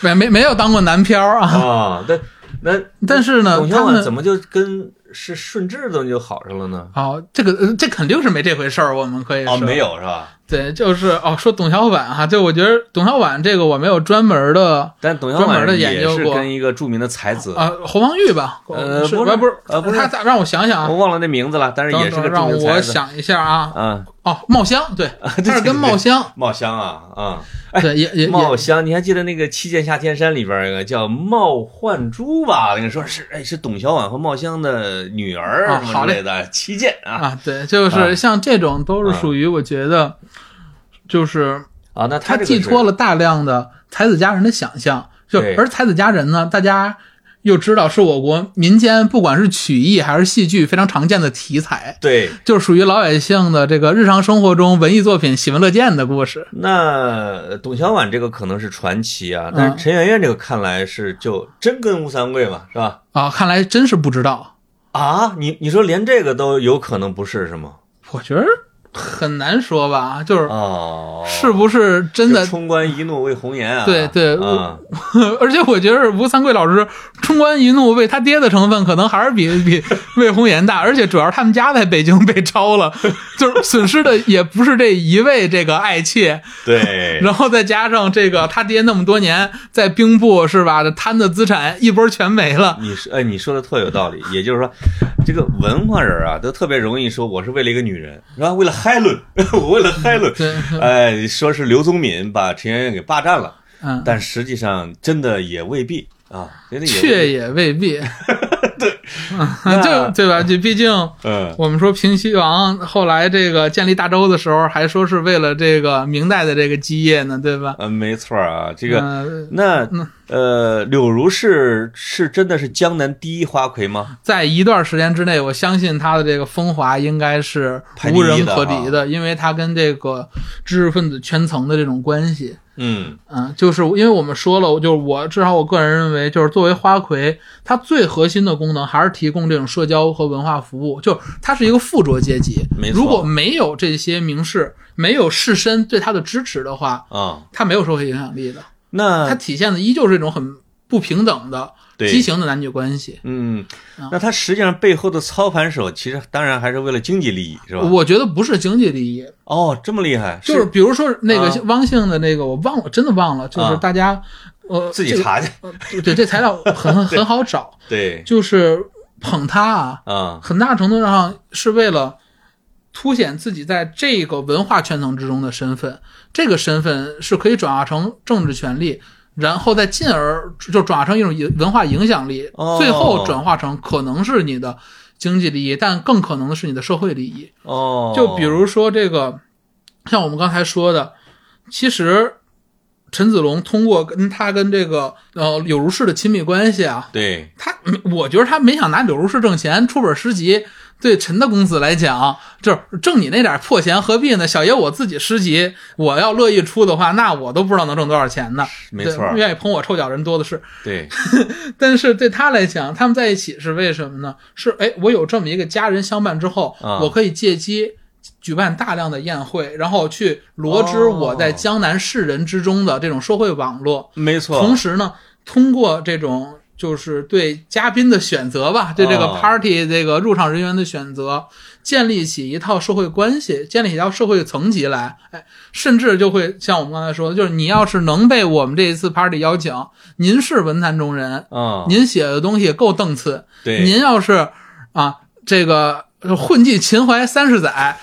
Speaker 2: 没没没有当过南漂啊。
Speaker 1: 啊，那那
Speaker 2: 但是呢，
Speaker 1: 董小
Speaker 2: 他
Speaker 1: 宛怎
Speaker 2: 们
Speaker 1: 么就跟是顺治怎么就好上了呢？
Speaker 2: 哦，这个呃这肯定是没这回事儿，我们可以说
Speaker 1: 哦，没有是吧？
Speaker 2: 对，就是哦，说董小宛哈，就我觉得董小宛这个我没有专门的
Speaker 1: 但董小
Speaker 2: 专门
Speaker 1: 宛
Speaker 2: 地
Speaker 1: 也
Speaker 2: 研究
Speaker 1: 是
Speaker 2: 过
Speaker 1: 跟一个著名的才子，
Speaker 2: 啊，侯方域吧？
Speaker 1: 呃
Speaker 2: 是
Speaker 1: 不是
Speaker 2: 不是
Speaker 1: 呃不是
Speaker 2: 他咋让我想想
Speaker 1: 我
Speaker 2: 啊，
Speaker 1: 忘了那名字了，但是
Speaker 2: 等
Speaker 1: 也是
Speaker 2: 等
Speaker 1: 个著
Speaker 2: 让
Speaker 1: 名才
Speaker 2: 我
Speaker 1: 子。
Speaker 2: 想一下啊。
Speaker 1: 啊，
Speaker 2: 哦，茂香对，
Speaker 1: 对
Speaker 2: 他是跟茂香
Speaker 1: 茂香啊，啊、
Speaker 2: 对也也
Speaker 1: 茂
Speaker 2: 也
Speaker 1: 香，你还记得那个《七剑下天山》里边有个叫茂焕珠吧？那个说是哎，是董小宛和茂香的女儿
Speaker 2: 啊
Speaker 1: 什么
Speaker 2: 好
Speaker 1: 之
Speaker 2: 嘞
Speaker 1: 类的。七剑啊
Speaker 2: 啊，对，就是像这种都是属于我觉得，就是
Speaker 1: 啊，那
Speaker 2: 他
Speaker 1: 嗯这个
Speaker 2: 寄
Speaker 1: 是
Speaker 2: 托了大量的才子佳人的想象，就
Speaker 1: 对
Speaker 2: 而才子佳人呢，大家。又知道是我国民间不管是曲艺还是戏剧非常常见的题材，
Speaker 1: 对。
Speaker 2: 就是属于老百姓的这个日常生活中文艺作品喜闻乐见的故事。
Speaker 1: 那呃董小宛这个可能是传奇啊，
Speaker 2: 嗯
Speaker 1: 但是陈圆圆这个看来是就真跟吴三桂嘛，是吧？
Speaker 2: 啊，看来真是不知道。
Speaker 1: 啊，你你说连这个都有可能不是是吗？
Speaker 2: 我觉得很难说吧，就是
Speaker 1: 哦，
Speaker 2: 是不是真的
Speaker 1: 就冲冠一怒为红颜啊？
Speaker 2: 对对
Speaker 1: 啊，
Speaker 2: 而且我觉得吴三桂老师冲冠一怒为他爹的成分可能还是比比魏红颜大，而且主要是他们家在北京被抄了，就是损失的也不是这一位这个爱妾，
Speaker 1: 对，
Speaker 2: 然后再加上这个他爹那么多年在兵部是吧，贪的资产一波全没了。
Speaker 1: 你说，哎，你说的特有道理。也就是说，这个文化人啊，都特别容易说我是为了一个女人，然后为了海伦， 我为了海伦，
Speaker 2: 对，
Speaker 1: 哎，说是刘宗敏把陈圆圆给霸占了，
Speaker 2: 嗯，
Speaker 1: 但实际上真的也未必啊，真的也未
Speaker 2: 却
Speaker 1: 必，
Speaker 2: 也未必，
Speaker 1: 那
Speaker 2: 嗯，就对吧？就毕竟
Speaker 1: 嗯，
Speaker 2: 我们说平西王后来这个建立大周的时候，还说是为了这个明代的这个基业呢，对吧？
Speaker 1: 呃，没错啊，这
Speaker 2: 这
Speaker 1: 个那
Speaker 2: 嗯
Speaker 1: 呃，柳如是是真的是江南第一花魁吗？
Speaker 2: 在一段时间之内，我相信他的这个风华应该是无人可
Speaker 1: 排第
Speaker 2: 敌
Speaker 1: 一啊
Speaker 2: 的，因为他跟这个知识分子圈层的这种关系。
Speaker 1: 嗯
Speaker 2: 嗯，就是因为我们说了，就是我至少我个人认为，就是作为花魁，它最核心的功能还是提供这种社交和文化服务，就是它是一个附着阶级。
Speaker 1: 没错
Speaker 2: 如果没有这些名士，没有士绅对他的支持的话，
Speaker 1: 啊，
Speaker 2: 他没有社会影响力的，它
Speaker 1: 那
Speaker 2: 体现的依旧是一种很不平等的
Speaker 1: 嗯对
Speaker 2: 畸形的男女关系。
Speaker 1: 嗯
Speaker 2: 啊，
Speaker 1: 那他实际上背后的操盘手，其实当然还是为了经济利益，是吧？
Speaker 2: 我觉得不是经济利益，
Speaker 1: 哦，这么厉害，
Speaker 2: 就是比如说那个
Speaker 1: 啊
Speaker 2: 汪姓的那个，我忘了，真的忘了，就是
Speaker 1: 啊
Speaker 2: 大家，呃，
Speaker 1: 自己查去。
Speaker 2: 这个，对，这材料很很好找，
Speaker 1: 对，
Speaker 2: 就是捧他啊，
Speaker 1: 啊，
Speaker 2: 很大程度上是为了凸显自己在这个文化圈层之中的身份，这个身份是可以转化成政治权利。然后再进而就转化成一种影文化影响力，
Speaker 1: 哦
Speaker 2: 最后转化成可能是你的经济利益，但更可能的是你的社会利益。
Speaker 1: 哦，
Speaker 2: 就比如说这个，像我们刚才说的，其实陈子龙通过跟他跟这个呃柳如是的亲密关系啊，
Speaker 1: 对，
Speaker 2: 他我觉得他没想拿柳如是挣钱，出本诗集。对陈大公子来讲，就是挣你那点破钱何必呢？小爷我自己诗集，我要乐意出的话，那我都不知道能挣多少钱呢。
Speaker 1: 没
Speaker 2: 对
Speaker 1: 错儿，
Speaker 2: 愿意捧我臭脚人多的是。
Speaker 1: 对，
Speaker 2: 但是对他来讲，他们在一起是为什么呢？是哎，我有这么一个家人相伴之后，
Speaker 1: 啊
Speaker 2: 我可以借机举办大量的宴会，然后去罗织我在江南士人之中的这种社会网络。
Speaker 1: 没错儿，
Speaker 2: 同时呢，通过这种就是对嘉宾的选择吧，对这个
Speaker 1: 哦
Speaker 2: party 这个入场人员的选择，建立起一套社会关系，建立起一套社会层级来。哎，甚至就会像我们刚才说的，就是你要是能被我们这一次 party 邀请，您是文坛中人，
Speaker 1: 啊，
Speaker 2: 您写的东西够档次。
Speaker 1: 对，
Speaker 2: 您要是啊，这个混迹秦淮三十 载，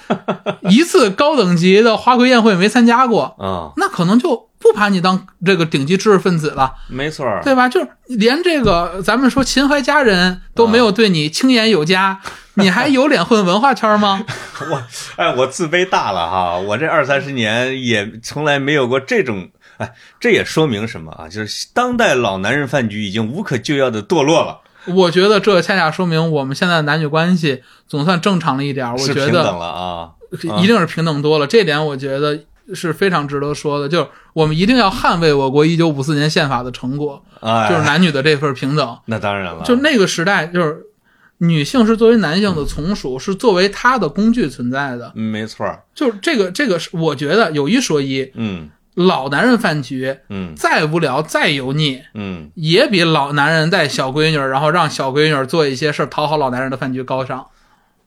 Speaker 2: 一次高等级的花魁宴会没参加过，
Speaker 1: 啊，
Speaker 2: 那可能就不把你当这个顶级知识分子了，
Speaker 1: 没错儿，
Speaker 2: 对吧？就是连这个咱们说秦淮家人都没有对你青眼有 加，你还有脸混文化圈吗？
Speaker 1: 我哎，我自卑大了哈，我这二三十年也从来没有过这种。哎，这也说明什么啊？就是当代老男人饭局已经无可救药的堕落了，
Speaker 2: 我觉得这恰恰说明我们现在的男女关系总算正常了一点儿。我
Speaker 1: 是
Speaker 2: 觉
Speaker 1: 平
Speaker 2: 得
Speaker 1: 等了啊。啊
Speaker 2: 一定是平等多了，这点我觉得是非常值得说的。就是我们一定要捍卫我国一九五四年宪法的成果，
Speaker 1: 哎，啊
Speaker 2: 就是男女的这份平等。
Speaker 1: 那当然了，
Speaker 2: 就那个时代，就是女性是作为男性的从属，是作为他的工具存在的。
Speaker 1: 嗯没错儿，
Speaker 2: 就是这个，这个是我觉得有一说一，
Speaker 1: 嗯
Speaker 2: 老男人饭局
Speaker 1: 嗯
Speaker 2: 再无聊再油腻，
Speaker 1: 嗯，
Speaker 2: 也比老男人带小闺女儿，然后让小闺女儿做一些事儿讨好老男人的饭局高尚。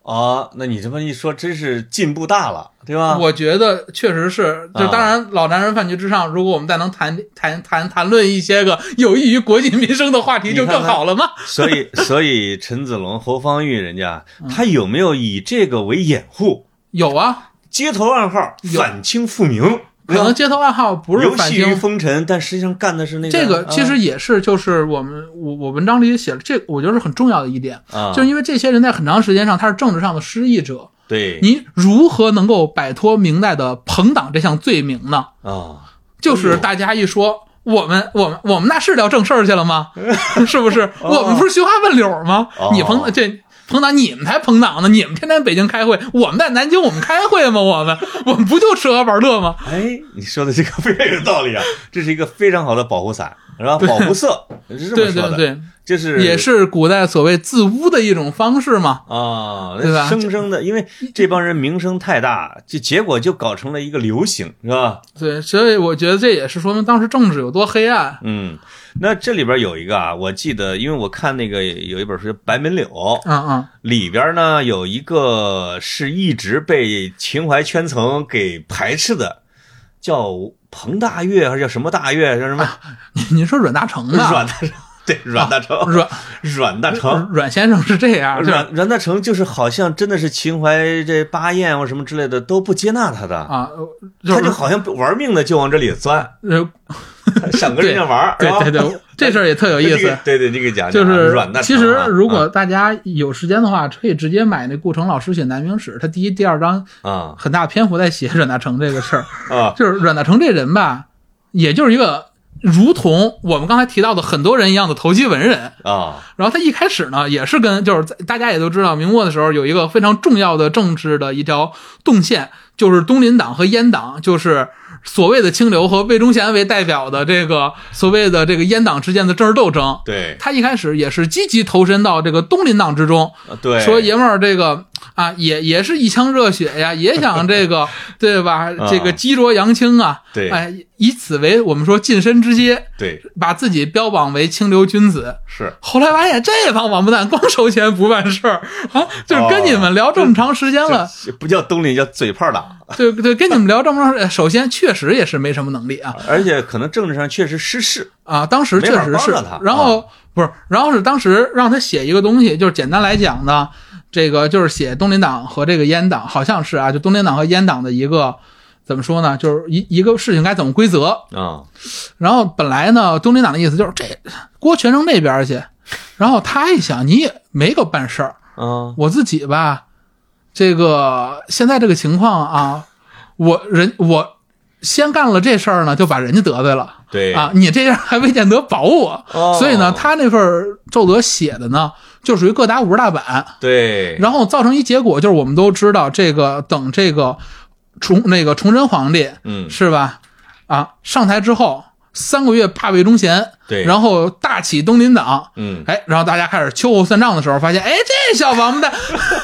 Speaker 1: 啊，那你这么一说，真是进步大了，对吧？
Speaker 2: 我觉得确实是，就
Speaker 1: 啊
Speaker 2: 当然，老男人饭局之上，如果我们再能谈谈谈谈论一些个有益于国计民生的话题，
Speaker 1: 你
Speaker 2: 就
Speaker 1: 看
Speaker 2: 更
Speaker 1: 看
Speaker 2: 好了嘛。
Speaker 1: 所以，所以陈子龙、侯方域人家，
Speaker 2: 嗯
Speaker 1: 他有没有以这个为掩护？
Speaker 2: 有啊，
Speaker 1: 街头暗号
Speaker 2: 有
Speaker 1: 反清复明，
Speaker 2: 可能街头暗号不是
Speaker 1: 游
Speaker 2: 反
Speaker 1: 戏于
Speaker 2: 清，
Speaker 1: 风尘，但实际上干的是那
Speaker 2: 这
Speaker 1: 个啊
Speaker 2: 个其实也是就是我们我我文章里也写了，这我觉得是很重要的一点，
Speaker 1: 啊，
Speaker 2: 就是因为这些人在很长时间上他是政治上的失意者，
Speaker 1: 对
Speaker 2: 你如何能够摆脱明代的朋党这项罪名呢？
Speaker 1: 啊，
Speaker 2: 就是大家一说。我们我们我们那是聊正事儿去 了吗？是不是？
Speaker 1: 哦
Speaker 2: 我们不是寻花问柳吗？
Speaker 1: 哦
Speaker 2: 你朋这朋党，你们才朋党呢！你们天天北京开会，我们在南京我们开会吗？我们我们不就吃喝玩乐吗？
Speaker 1: 哎，你说的这个非常有道理啊，这是一个非常好的保护伞是吧？保护色是这么
Speaker 2: 对
Speaker 1: 说
Speaker 2: 对
Speaker 1: 的，
Speaker 2: 对，
Speaker 1: 这是
Speaker 2: 也是古代所谓自污的一种方式嘛。
Speaker 1: 啊，
Speaker 2: 对吧
Speaker 1: 生生的，因为这帮人名声太大，就结果就搞成了一个流行，是吧？
Speaker 2: 对，所以我觉得这也是说明当时政治有多黑暗。
Speaker 1: 嗯，那这里边有一个啊，我记得，因为我看那个有一本书《叫《白门柳》，
Speaker 2: 嗯嗯，
Speaker 1: 里边呢有一个是一直被秦淮圈层给排斥的，叫彭大岳还是叫什么大岳？叫什
Speaker 2: 啊
Speaker 1: 么？
Speaker 2: 你您说阮大铖吧？
Speaker 1: 阮大成， 对，阮大成，
Speaker 2: 阮
Speaker 1: 阮大成。
Speaker 2: 阮先生是这样，啊嗯就是啊
Speaker 1: 阮阮大成就是好像真的是秦淮这巴彦或什么之类的都不接纳他的，
Speaker 2: 啊，
Speaker 1: 他
Speaker 2: 就
Speaker 1: 就是好像玩命的就往这里钻，
Speaker 2: 呃，
Speaker 1: 想跟人家玩儿，
Speaker 2: 对
Speaker 1: 是吧
Speaker 2: 对 对，这事儿也特有意
Speaker 1: 这
Speaker 2: 思
Speaker 1: 个。 对对，这个讲
Speaker 2: 就
Speaker 1: 讲啊
Speaker 2: 是
Speaker 1: 阮大成啊，
Speaker 2: 其实如
Speaker 1: 啊
Speaker 2: 果大家有时间的话，可以直接买那顾城老师写《南明史》，他第一、第二章
Speaker 1: 啊
Speaker 2: 很大篇幅在写阮大铖这个事儿。
Speaker 1: 啊
Speaker 2: 就是阮大铖这人吧，也就是一个如同我们刚才提到的很多人一样的投机文人。
Speaker 1: 啊
Speaker 2: 然后他一开始呢，也是跟就是在大家也都知道，明末的时候有一个非常重要的政治的一条动线，就是东林党和阉党，就是所谓的清流和魏忠贤为代表的这个所谓的这个阉党之间的政治斗争。
Speaker 1: 对
Speaker 2: 他一开始也是积极投身到这个东林党之中，
Speaker 1: 啊对，
Speaker 2: 说爷们儿这个啊，也也是一腔热血 呀，也想这个对吧？这个激浊扬清啊，
Speaker 1: 啊对
Speaker 2: 哎，以此为我们说晋升之阶，
Speaker 1: 对
Speaker 2: 把自己标榜为清流君子。
Speaker 1: 是
Speaker 2: 后来发现这帮王八蛋光收钱不办事儿啊，就是跟你们聊这么长时间了，
Speaker 1: 这不叫东林，叫嘴炮党，
Speaker 2: 对对，跟你们聊这么长时间，首先确实也是没什么能力啊
Speaker 1: 而且可能政治上确实失势
Speaker 2: 啊，当时
Speaker 1: 没
Speaker 2: 确
Speaker 1: 法
Speaker 2: 实
Speaker 1: 帮
Speaker 2: 是
Speaker 1: 着他，啊
Speaker 2: 然后不是，然后是当时让他写一个东西，就是简单来讲呢，这个就是写东林党和这个阉党，好像是啊，就东林党和阉党的一个怎么说呢，就是一一个事情该怎么规则。
Speaker 1: 啊
Speaker 2: 然后本来呢，东林党的意思就是这锅全扔那边去，然后他一想，你也没个办事儿，
Speaker 1: 啊
Speaker 2: 我自己吧，这个现在这个情况啊，我人我先干了这事儿呢，就把人家得罪了。
Speaker 1: 对
Speaker 2: 啊，你这样还未见得 保我，
Speaker 1: 哦
Speaker 2: 所以呢，他那份奏折写的呢，就属于各打五十大板，
Speaker 1: 对
Speaker 2: 然后造成一结果就是我们都知道，这个等这个崇那个崇祯皇帝
Speaker 1: 嗯
Speaker 2: 是吧？啊，上台之后三个月罢魏忠贤，
Speaker 1: 对
Speaker 2: 然后大起东林党，
Speaker 1: 嗯
Speaker 2: 哎，然后大家开始秋后算账的时候，发现哎这小王八蛋，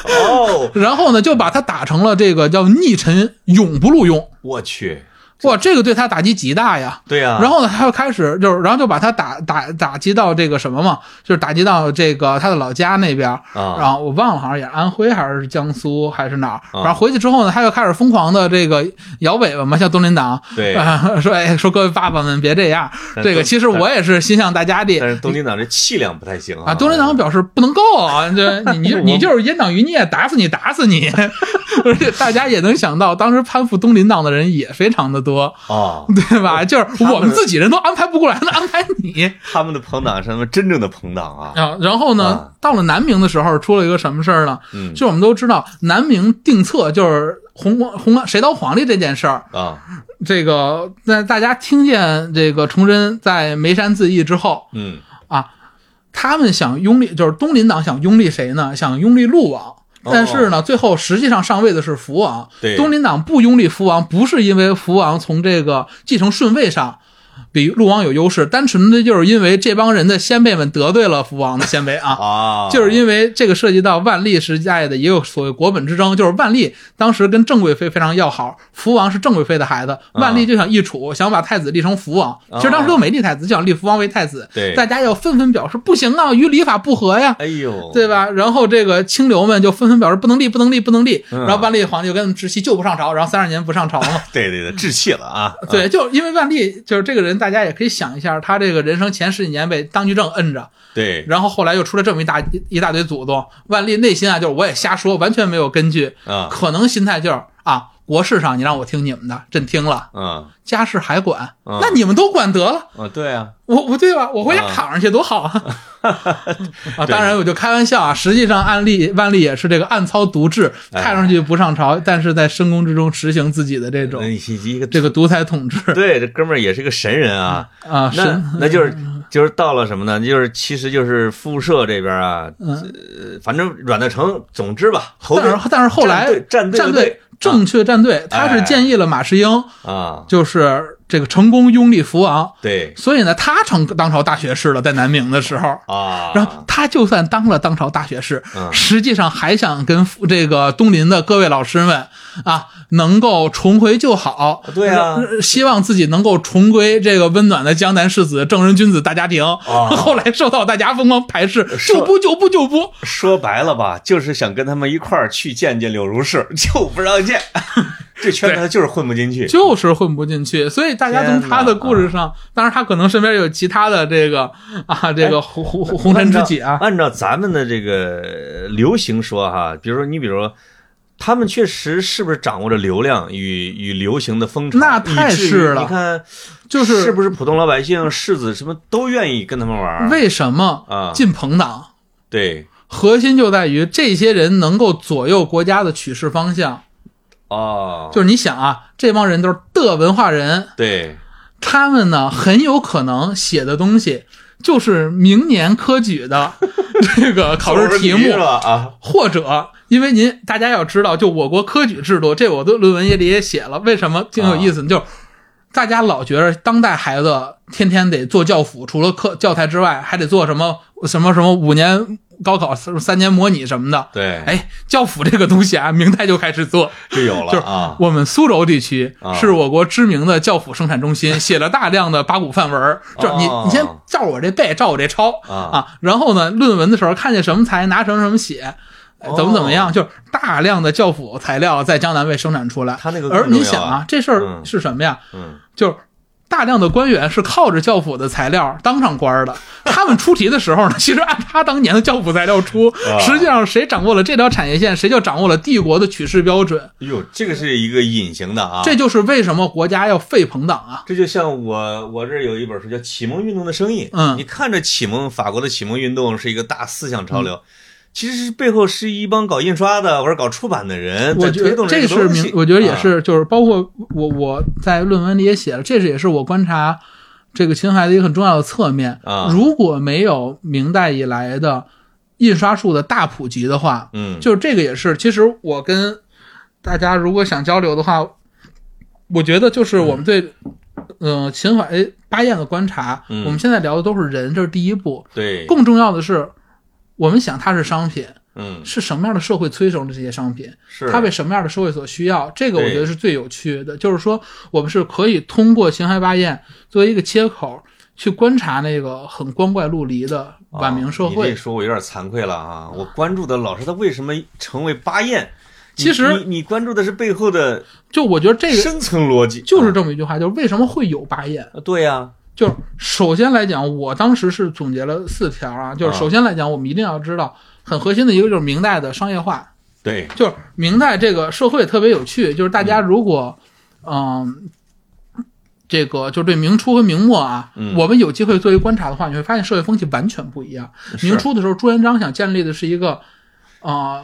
Speaker 1: 哦
Speaker 2: 然后呢就把他打成了这个叫逆臣永不录用，
Speaker 1: 我去
Speaker 2: 哇，这个对他打击极大呀。
Speaker 1: 对呀
Speaker 2: 然后呢，他又开始就是，然后就把他打打打击到这个什么嘛，就是打击到这个他的老家那边儿，
Speaker 1: 啊
Speaker 2: 然后我忘了，好像也是安徽还是江苏还是哪儿。然后回去之后呢，他又开始疯狂的这个摇尾巴嘛，像东林党，
Speaker 1: 对
Speaker 2: 啊 说哎说各位爸爸们别这样，
Speaker 1: 但
Speaker 2: 这个
Speaker 1: 东
Speaker 2: 其实我也是心向大家的
Speaker 1: 但是东林党这气量不太行
Speaker 2: 啊，东林党表示不能够啊， 这你你
Speaker 1: 我
Speaker 2: 你就是阉党余孽，打死你打死你。 而且大家也能想到，当时攀附东林党的人也非常的多，
Speaker 1: 啊，
Speaker 2: 对吧？就是
Speaker 1: 们
Speaker 2: 我们自己人都安排不过来，那安排 你
Speaker 1: 他们的朋党是他们真正的朋党啊，
Speaker 2: 啊。然后呢，到了南明的时候，出了一个什么事儿呢？
Speaker 1: 嗯
Speaker 2: 就我们都知道，南明定策就是弘光弘安谁当皇帝这件事儿。
Speaker 1: 啊
Speaker 2: 这个那大家听见这个崇祯在眉山自缢之后
Speaker 1: 嗯
Speaker 2: 啊，他们想拥立，就是东林党想拥立谁呢？想拥立陆王。但是呢，最后实际上上位的是福王。
Speaker 1: 对
Speaker 2: 东林党不拥立福王，不是因为福王从这个继承顺位上比陆王有优势，单纯的就是因为这帮人的先辈们得罪了福王的先辈啊。
Speaker 1: 啊，
Speaker 2: 就是因为这个涉及到万历时代的也有所谓国本之争，就是万历当时跟郑贵妃非常要好，福王是郑贵妃的孩子，
Speaker 1: 啊
Speaker 2: 万历就想易楚，想把太子立成福王。其实当时都没立太子，就想立福王为太子。
Speaker 1: 对
Speaker 2: 大家要纷纷表示不行啊，与礼法不合呀。
Speaker 1: 哎呦
Speaker 2: 对吧？然后这个清流们就纷纷表示不能立，不能立，不能立。
Speaker 1: 嗯啊
Speaker 2: 然后万历皇帝就跟他们直系，就不上朝，然后三十年不上朝嘛。
Speaker 1: 对对对，置气了啊，
Speaker 2: 对，就因为万历就是这个人，大家也可以想一下，他这个人生前十几年被当局政摁着，
Speaker 1: 对
Speaker 2: 然后后来又出了这么一大一一大堆祖宗。万历内心啊，就是我也瞎说，完全没有根据，
Speaker 1: 啊
Speaker 2: 可能心态就是啊，国事上你让我听你们的，朕听了，
Speaker 1: 啊
Speaker 2: 家事还管，
Speaker 1: 嗯
Speaker 2: 那你们都管得了。
Speaker 1: 啊对啊，
Speaker 2: 我我对吧？我回家
Speaker 1: 啊
Speaker 2: 躺上去多 好啊！啊，当然我就开玩笑啊。实际上，案例万历也是这个暗操独制，
Speaker 1: 哎
Speaker 2: 看上去不上朝，但是在深宫之中实行自己的这种
Speaker 1: 嗯一个
Speaker 2: 这个独裁统治
Speaker 1: 对这哥们儿也是个神人啊，
Speaker 2: 啊。是，嗯
Speaker 1: 那那就是就是到了什么呢？就是其实就是复社这边啊，
Speaker 2: 嗯
Speaker 1: 呃反正阮大成，总之吧，侯
Speaker 2: 但是但是后来
Speaker 1: 战队战队哎
Speaker 2: 战队正确站队，他是建议了马士英，
Speaker 1: 啊
Speaker 2: 就是这个成功拥立福王，
Speaker 1: 对
Speaker 2: 所以呢，他成当朝大学士了，在南明的时候。
Speaker 1: 啊，
Speaker 2: 然后他就算当了当朝大学士，
Speaker 1: 嗯
Speaker 2: 实际上还想跟这个东林的各位老师们啊，能够重回旧好。
Speaker 1: 对啊
Speaker 2: 呃希望自己能够重归这个温暖的江南世子、正人君子大家庭。 后来受到大家疯狂排斥，
Speaker 1: 啊是
Speaker 2: 就不就不就不，
Speaker 1: 说白了吧，就是想跟他们一块儿去见见柳如是， 就不让 见，这圈子他就是混不进去。
Speaker 2: 就是混不进去。所以大家从
Speaker 1: 天哪
Speaker 2: 他的故事上，当然他可能身边有其他的这个啊，这
Speaker 1: 哎
Speaker 2: 个红红红
Speaker 1: 按
Speaker 2: 尘
Speaker 1: 照
Speaker 2: 知己啊，
Speaker 1: 按照咱们的这个流行说哈，比如说你，比如说他们确实是不是掌握着流量与与流行的风潮？
Speaker 2: 那太
Speaker 1: 以至于
Speaker 2: 是了
Speaker 1: 你看，
Speaker 2: 就是
Speaker 1: 是不是普通老百姓、世子什么都愿意跟他们玩儿
Speaker 2: 为什么
Speaker 1: 啊？
Speaker 2: 进朋党？
Speaker 1: 对
Speaker 2: 核心就在于这些人能够左右国家的取士方
Speaker 1: 啊
Speaker 2: 向。
Speaker 1: 哦，
Speaker 2: 就是你想啊，这帮人都是的文化人，
Speaker 1: 对
Speaker 2: 他们呢很有可能写的东西就是明年科举 的这个考试题
Speaker 1: 作文
Speaker 2: 目，
Speaker 1: 了啊，
Speaker 2: 或者因为您大家要知道，就我国科举制度，这我的论文也里也写了，为什么挺有意
Speaker 1: 啊
Speaker 2: 思呢？就是大家老觉着当代孩子天天得做教辅，除了课教材之外，还得做什么什么什么五年高考三三年模拟什么的。
Speaker 1: 对，
Speaker 2: 哎，教辅这个东西啊，明代就开始做。
Speaker 1: 就有了
Speaker 2: 就是
Speaker 1: 啊。
Speaker 2: 我们苏州地区
Speaker 1: 啊
Speaker 2: 是我国知名的教辅生产中心，写了大量的八股范文儿。就是你，
Speaker 1: 哦
Speaker 2: 你先照我这背，照我这抄
Speaker 1: 啊
Speaker 2: 啊。然后呢，论文的时候看见什么材，拿什么什么写，哎
Speaker 1: 哦
Speaker 2: 怎么怎么样，就是大量的教辅材料在江南被生产出来。
Speaker 1: 他那个
Speaker 2: 而
Speaker 1: 更重
Speaker 2: 你
Speaker 1: 要
Speaker 2: 想
Speaker 1: 啊
Speaker 2: 啊，这事儿
Speaker 1: 嗯
Speaker 2: 是什么呀？
Speaker 1: 嗯，
Speaker 2: 就是大量的官员是靠着教辅的材料当上 官儿的。他们出题的时候呢，其实按他当年的教辅材料出，
Speaker 1: 啊
Speaker 2: 实际上谁掌握了这条产业线，谁就掌握了帝国的取士标准。
Speaker 1: 哟，哎这个是一个隐形的啊，
Speaker 2: 这就是为什么国家要废朋党啊。
Speaker 1: 这就像我我这儿有一本书叫《启蒙运动的声音》，
Speaker 2: 嗯
Speaker 1: 你看着启蒙法国的启蒙运动是一个大思想
Speaker 2: 嗯
Speaker 1: 潮流，其实是背后是一帮搞印刷的或者搞出版的 人
Speaker 2: 我
Speaker 1: 在
Speaker 2: 觉
Speaker 1: 推
Speaker 2: 得
Speaker 1: 动
Speaker 2: 这
Speaker 1: 个
Speaker 2: 是
Speaker 1: 东
Speaker 2: 明
Speaker 1: 西，，
Speaker 2: 我觉得也
Speaker 1: 啊
Speaker 2: 是，就是包括我我在论文里也写了，这是也是我观察这个秦淮的一个很重要的侧面
Speaker 1: 啊
Speaker 2: 如果没有明代以来的印刷术的大普及的话，
Speaker 1: 嗯，
Speaker 2: 就是这个也是，其实我跟大家如果想交流的话，我觉得就是我们对，嗯、呃，秦淮巴彦的观察，
Speaker 1: 嗯
Speaker 2: 我们现在聊的都是人，这是第一步。
Speaker 1: 对，
Speaker 2: 更重要的是，我们想它是商品，
Speaker 1: 嗯，
Speaker 2: 是什么样的社会催生的这些商品，
Speaker 1: 是
Speaker 2: 它被什么样的社会所需要，这个我
Speaker 1: 对
Speaker 2: 觉得是最有趣的。就是说，我们是可以通过秦淮八彦作为一个切口，去观察那个很光怪陆离的晚明社
Speaker 1: 啊你
Speaker 2: 会。
Speaker 1: 这说我有点惭愧了啊，我关注的老是他为什么成为巴彦，你
Speaker 2: 其实
Speaker 1: 你你关注的是背后的
Speaker 2: 就我觉得这个
Speaker 1: 深层逻辑，
Speaker 2: 就是这么一句话，就是为什么会有八彦？
Speaker 1: 啊对呀，
Speaker 2: 就是首先来讲，我当时是总结了四条啊，就是
Speaker 1: 啊
Speaker 2: 首先来讲，我们一定要知道很核心的一个就是明代的商业化，
Speaker 1: 对，
Speaker 2: 就是明代这个社会特别有趣，就是大家如果嗯、这个就对明初和明末啊，
Speaker 1: 嗯
Speaker 2: 我们有机会作为观察的话，你会发现社会风气完全不一样。
Speaker 1: 是
Speaker 2: 明初的时候，朱元璋想建立的是一个啊、呃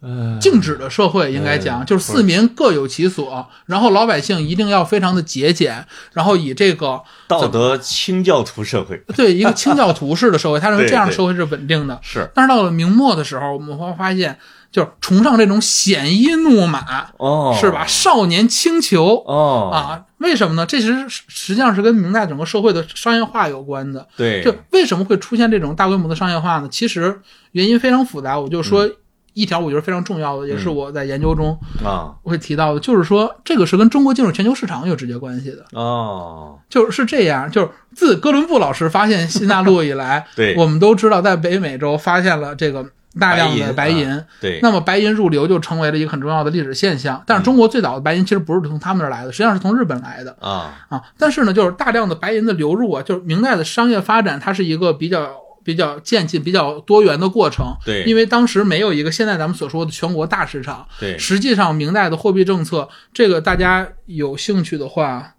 Speaker 1: 呃
Speaker 2: 静止的社会，应该讲、
Speaker 1: 嗯
Speaker 2: 就是四民各有其所，然后老百姓一定要非常的节俭，然后以这个
Speaker 1: 道德清教徒社会
Speaker 2: 对一个清教徒式的社会，他认为
Speaker 1: 对
Speaker 2: 这样的
Speaker 1: 对
Speaker 2: 社会是稳定的。
Speaker 1: 是
Speaker 2: 但是到了明末的时候，我们会发现，就是崇尚这种鲜衣怒马，
Speaker 1: 哦，
Speaker 2: 是吧？？少年轻裘
Speaker 1: 哦，
Speaker 2: 啊，为什么呢？这其实是实际上是跟明代整个社会的商业化有关的。
Speaker 1: 对，
Speaker 2: 就为什么会出现这种大规模的商业化呢？其实原因非常复杂，我就说
Speaker 1: 嗯
Speaker 2: 一条我觉得非常重要的，也是我在研究中
Speaker 1: 啊
Speaker 2: 会提到的，就是说这个是跟中国进入全球市场有直接关系的。
Speaker 1: 哦，，
Speaker 2: 就是这样，就是自哥伦布老师发现新大陆以来
Speaker 1: 对
Speaker 2: 我们都知道在北美洲发现了这个大量的
Speaker 1: 白
Speaker 2: 白
Speaker 1: 银啊
Speaker 2: 银，
Speaker 1: 对，
Speaker 2: 那么白银入流就成为了一个很重要的历史现象。但是中国最早的白银其实不是从他们这儿来的，实际上是从日本来的
Speaker 1: 啊，
Speaker 2: 啊。但是呢，就是大量的白银的流入啊，就是明代的商业发展，它是一个比较。比较渐进、比较多元的过程，
Speaker 1: 对
Speaker 2: 因为当时没有一个现在咱们所说的全国大市场，
Speaker 1: 对，
Speaker 2: 实际上，明代的货币政策，这个大家有兴趣的话，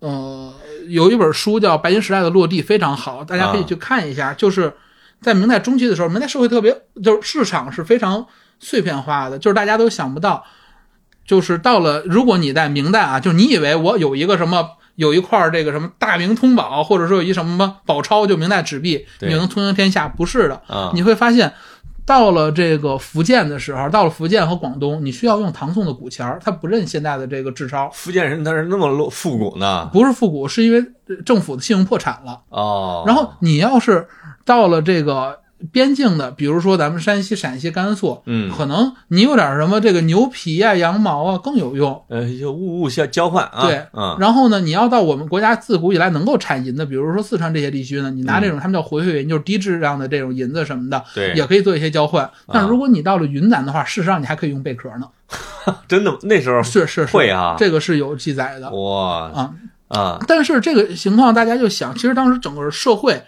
Speaker 2: 呃，有一本书叫《白银时代的落地》，非常好，大家可以去看一下。
Speaker 1: 啊
Speaker 2: 就是在明代中期的时候，明代社会特别就是市场是非常碎片化的，就是大家都想不到，就是到了如果你在明代啊，就是你以为我有一个什么。有一块儿这个什么大明通宝，或者说有一什么宝钞，就明代纸币，
Speaker 1: 对
Speaker 2: 你能通行天下？不是的，
Speaker 1: 啊，
Speaker 2: 你会发现，到了这个福建的时候，到了福建和广东，你需要用唐宋的古钱儿，它不认现代的这个制钞，
Speaker 1: 福建人他是那么落复古呢？
Speaker 2: 不是复古，是因为呃政府的信用破产了。
Speaker 1: 哦，
Speaker 2: 然后你要是到了这个边境的，比如说咱们山西、陕西、甘肃，
Speaker 1: 嗯，
Speaker 2: 可能你有点什么这个牛皮啊、羊毛啊更有用。
Speaker 1: 呃，就物物相交换啊，
Speaker 2: 对
Speaker 1: 嗯，
Speaker 2: 然后呢，你要到我们国家自古以来能够产银的，比如说四川这些地区呢，你拿这
Speaker 1: 嗯
Speaker 2: 种他们叫回回银，就是低质量的这种银子什么的，
Speaker 1: 对，啊
Speaker 2: 也可以做一些交换。但如果你到了云南的话，事实上你还可以用贝壳呢。
Speaker 1: 真的吗那时候
Speaker 2: 是是是，
Speaker 1: 会啊，
Speaker 2: 这个是有记载的
Speaker 1: 哇
Speaker 2: 啊。
Speaker 1: 啊，
Speaker 2: 但是这个情况大家就想，其实当时整个社会，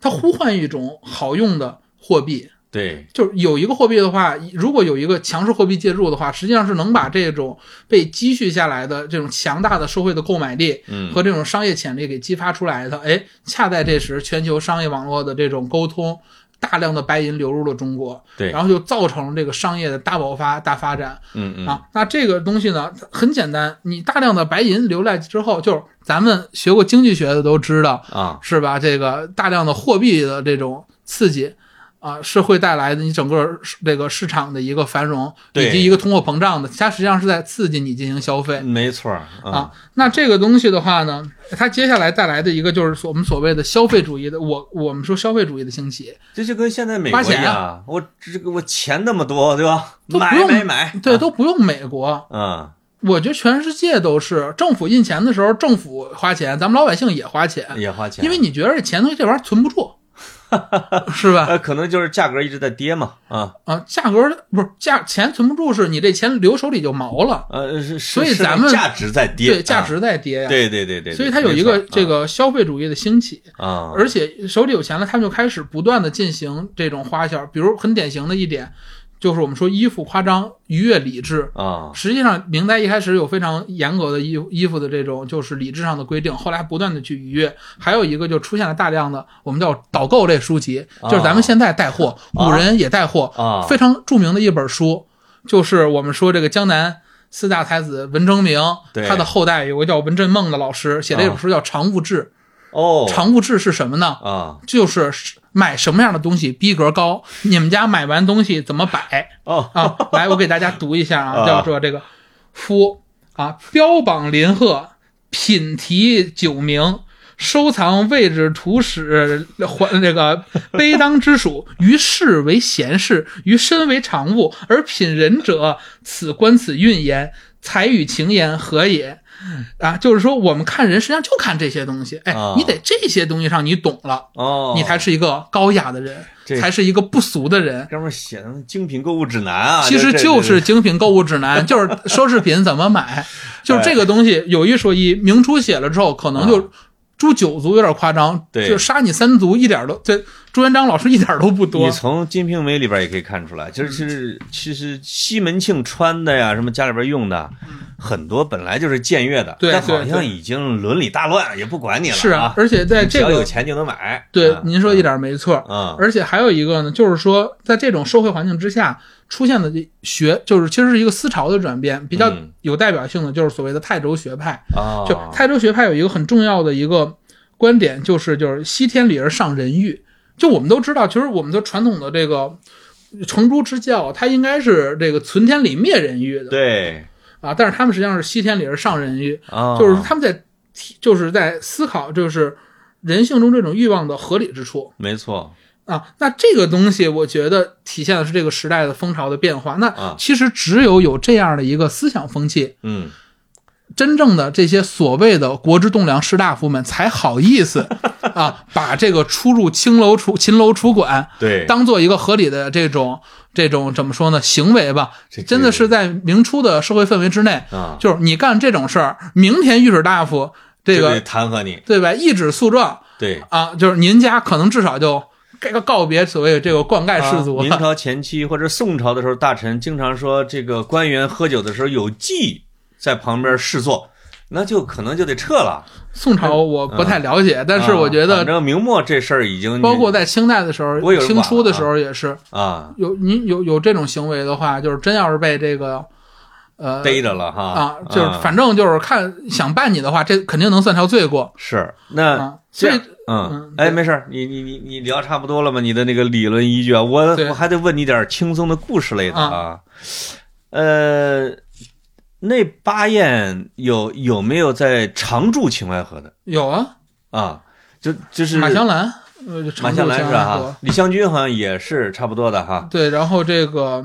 Speaker 2: 它呼唤一种好用的货币，
Speaker 1: 对，
Speaker 2: 就是有一个货币的话，如果有一个强势货币介入的话，实际上是能把这种被积蓄下来的这种强大的社会的购买力
Speaker 1: 嗯
Speaker 2: 和这种商业潜力给激发出来的。哎，恰在这时，全球商业网络的这种沟通，大量的白银流入了中国，
Speaker 1: 对
Speaker 2: 然后就造成了这个商业的大爆发、大发展
Speaker 1: 嗯嗯，
Speaker 2: 啊。那这个东西呢，它很简单，你大量的白银流来之后，就是咱们学过经济学的都知道，
Speaker 1: 啊，
Speaker 2: 是吧？这个大量的货币的这种刺激。啊，是会带来的你整个市这个市场的一个繁荣，
Speaker 1: 对
Speaker 2: 以及一个通货膨胀的，它实际上是在刺激你进行消费。
Speaker 1: 没错儿嗯
Speaker 2: 啊，那这个东西的话呢，它接下来带来的一个就是所我们所谓的消费主义的，我我们说消费主义的兴起，
Speaker 1: 这就跟现在美国一
Speaker 2: 花钱啊
Speaker 1: 样，我这个我钱那么多，对吧？
Speaker 2: 都不
Speaker 1: 买
Speaker 2: 用
Speaker 1: 买买，
Speaker 2: 对，都不用美国，
Speaker 1: 嗯，
Speaker 2: 我觉得全世界都是政府印钱的时候，政府花钱，咱们老百姓也花钱，
Speaker 1: 也花钱，
Speaker 2: 因为你觉得这钱东西这玩意儿存不 住，是吧？
Speaker 1: 呃，可能就是价格一直在跌嘛，啊，
Speaker 2: 啊，价格不是价钱存不住，是你这钱留手里就毛了，
Speaker 1: 呃，是，是
Speaker 2: 所以
Speaker 1: 是那
Speaker 2: 咱们
Speaker 1: 价值在跌，
Speaker 2: 对，价
Speaker 1: 啊，
Speaker 2: 值在跌呀、
Speaker 1: 对对对对，
Speaker 2: 所以它有一个这个消费主义的兴起，
Speaker 1: 啊，
Speaker 2: 而且手里有钱了，他们就开始不断的进行这种花销，比如很典型的一点，就是我们说衣服夸张、逾越理智。
Speaker 1: 啊，
Speaker 2: 实际上，明代一开始有非常严格的衣服衣服的这种就是理智上的规定，后来不断的去逾越。还有一个就出现了大量的我们叫导购类书籍，
Speaker 1: 啊
Speaker 2: 就是咱们现在带货，
Speaker 1: 啊
Speaker 2: 古人也带货，
Speaker 1: 啊，
Speaker 2: 非常著名的一本书，就是我们说这个江南四大才子文征明
Speaker 1: 对，啊
Speaker 2: 他的后代有个叫文振孟的老师写了一本书叫《常物志》。
Speaker 1: 哦，
Speaker 2: 常物志是什么呢？
Speaker 1: 啊，
Speaker 2: 就是买什么样的东西逼格高，你们家买完东西怎么摆
Speaker 1: 哦，
Speaker 2: 啊？来，我给大家读一下
Speaker 1: 啊
Speaker 2: 啊，叫做这个夫啊，标榜林壑，品题九名。收藏位置图史还这个卑当之属， 于世为闲事，于身为常物，而品人者，此观此韵言，才与情言何也？啊，就是说我们看人，实际上就看这些东西。哎
Speaker 1: 嗯啊，
Speaker 2: 你得这些东西上你懂了，
Speaker 1: 哦，
Speaker 2: 你才是一个高雅的人，
Speaker 1: 这
Speaker 2: 才是一个不俗的人。
Speaker 1: 哥们儿写的《精品购物指南》啊，
Speaker 2: 其实
Speaker 1: 这
Speaker 2: 就
Speaker 1: 这
Speaker 2: 是精品购物指 南，就是奢侈品怎么
Speaker 1: 哎
Speaker 2: 买，就是这个东西有一说一，明初写了之后，可能就诛九族有点夸张，
Speaker 1: 啊对
Speaker 2: 就杀你三族一点都，这朱元璋老师一点都不
Speaker 1: 你
Speaker 2: 多，
Speaker 1: 从《金瓶梅》里边也可以看出来，就是其实其实西门庆穿的呀，什么家里边用的，很多本来就是僭越的，
Speaker 2: 对
Speaker 1: 但好
Speaker 2: 对
Speaker 1: 像
Speaker 2: 对
Speaker 1: 已经伦理大乱，也不管你了，
Speaker 2: 是
Speaker 1: 啊，
Speaker 2: 而且在
Speaker 1: 只
Speaker 2: 这
Speaker 1: 要有
Speaker 2: 个
Speaker 1: 钱就能买。
Speaker 2: 对
Speaker 1: 啊
Speaker 2: 您说一，点没错，
Speaker 1: 嗯
Speaker 2: 而且还有一个呢，就是说，在这种社会环境之下出现的这学，就是其实是一个思潮的转变，比较
Speaker 1: 嗯
Speaker 2: 有代表性的就是所谓的泰州学派。
Speaker 1: 啊，
Speaker 2: 就泰州学派有一个很重要的一个观点，就是就是西天理而上人欲。就我们都知道，其实我们的传统的这个程朱之教，它应该是这个存天理灭人欲的
Speaker 1: 对
Speaker 2: 啊，但是他们实际上是西天理而上人欲，
Speaker 1: 啊，
Speaker 2: 就是他们在提就是在思考就是人性中这种欲望的合理之处。
Speaker 1: 没错，
Speaker 2: 啊，那这个东西，我觉得体现的是这个时代的风潮的变化。
Speaker 1: 啊
Speaker 2: 那其实只有有这样的一个思想风气，
Speaker 1: 嗯，
Speaker 2: 真正的这些所谓的国之栋梁士大夫们才好 意思啊，把这个出入青楼楚秦楼楚馆
Speaker 1: 对，
Speaker 2: 当做一个合理的这种这种怎么说呢行为吧
Speaker 1: 这？
Speaker 2: 真的是在明初的社会氛围之内，
Speaker 1: 啊，
Speaker 2: 就是你干这种事儿，明天御史大夫这
Speaker 1: 就
Speaker 2: 个
Speaker 1: 得弹劾你，
Speaker 2: 对吧，一纸诉状，
Speaker 1: 对，
Speaker 2: 啊，就是您家可能至少就这个告别所谓这个灌溉氏族
Speaker 1: 啊明
Speaker 2: 了。
Speaker 1: 朝前期或者宋朝的时候，大臣经常说，这个官员喝酒的时候有妓在旁边侍坐，那就可能就得撤了。
Speaker 2: 宋朝我不太了解，但是我觉
Speaker 1: 啊反
Speaker 2: 得，
Speaker 1: 正明末这事儿已经
Speaker 2: 包括在清代的时候
Speaker 1: 不会有，人管啊了
Speaker 2: 清初的时候也是
Speaker 1: 啊，
Speaker 2: 有您有有这种行为的话，就是真要是被这个呃
Speaker 1: 逮着了哈
Speaker 2: 啊，就是反正就是看想办你的话，这肯定能算条罪过。
Speaker 1: 是那
Speaker 2: 啊
Speaker 1: 这样
Speaker 2: 所
Speaker 1: 嗯
Speaker 2: 嗯
Speaker 1: 哎
Speaker 2: 对
Speaker 1: 没事儿，你你你你聊差不多了吗？你的那个理论依据啊，我
Speaker 2: 对
Speaker 1: 我还得问你点儿轻松的故事类的啊，呃，那巴彦有有没有在常驻秦淮河的
Speaker 2: 有啊，
Speaker 1: 啊？就就是
Speaker 2: 马香兰，呃，就
Speaker 1: 马
Speaker 2: 常
Speaker 1: 香
Speaker 2: 驻
Speaker 1: 兰是
Speaker 2: 香
Speaker 1: 吧
Speaker 2: 兰
Speaker 1: 哈，李香君好像也是差不多的哈，
Speaker 2: 对，然后这个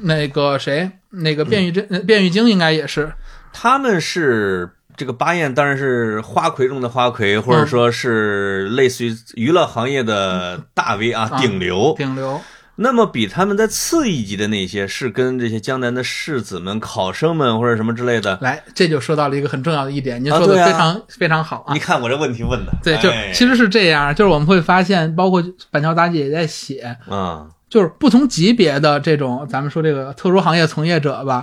Speaker 2: 那个谁，那个
Speaker 1: 嗯
Speaker 2: 卞玉珍、呃卞玉京应该也是，
Speaker 1: 他们是这个巴彦，当然是花魁中的花魁，或者
Speaker 2: 嗯
Speaker 1: 说是类似于娱乐行业的大 V 啊，
Speaker 2: 啊
Speaker 1: 顶流。
Speaker 2: 顶流。
Speaker 1: 那么比他们在次一级的那些，是跟这些江南的士子们、考生们或者什么之类的。
Speaker 2: 来，这就说到了一个很重要的一点，您
Speaker 1: 啊
Speaker 2: 说的
Speaker 1: 对啊
Speaker 2: 非常、非常好啊
Speaker 1: 你。看我这问题问的，
Speaker 2: 对，就
Speaker 1: 哎
Speaker 2: 其实是这样，就是我们会发现，包括板桥大姐也在写，
Speaker 1: 啊，
Speaker 2: 就是不同级别的这种，咱们说这个特殊行业从业者吧，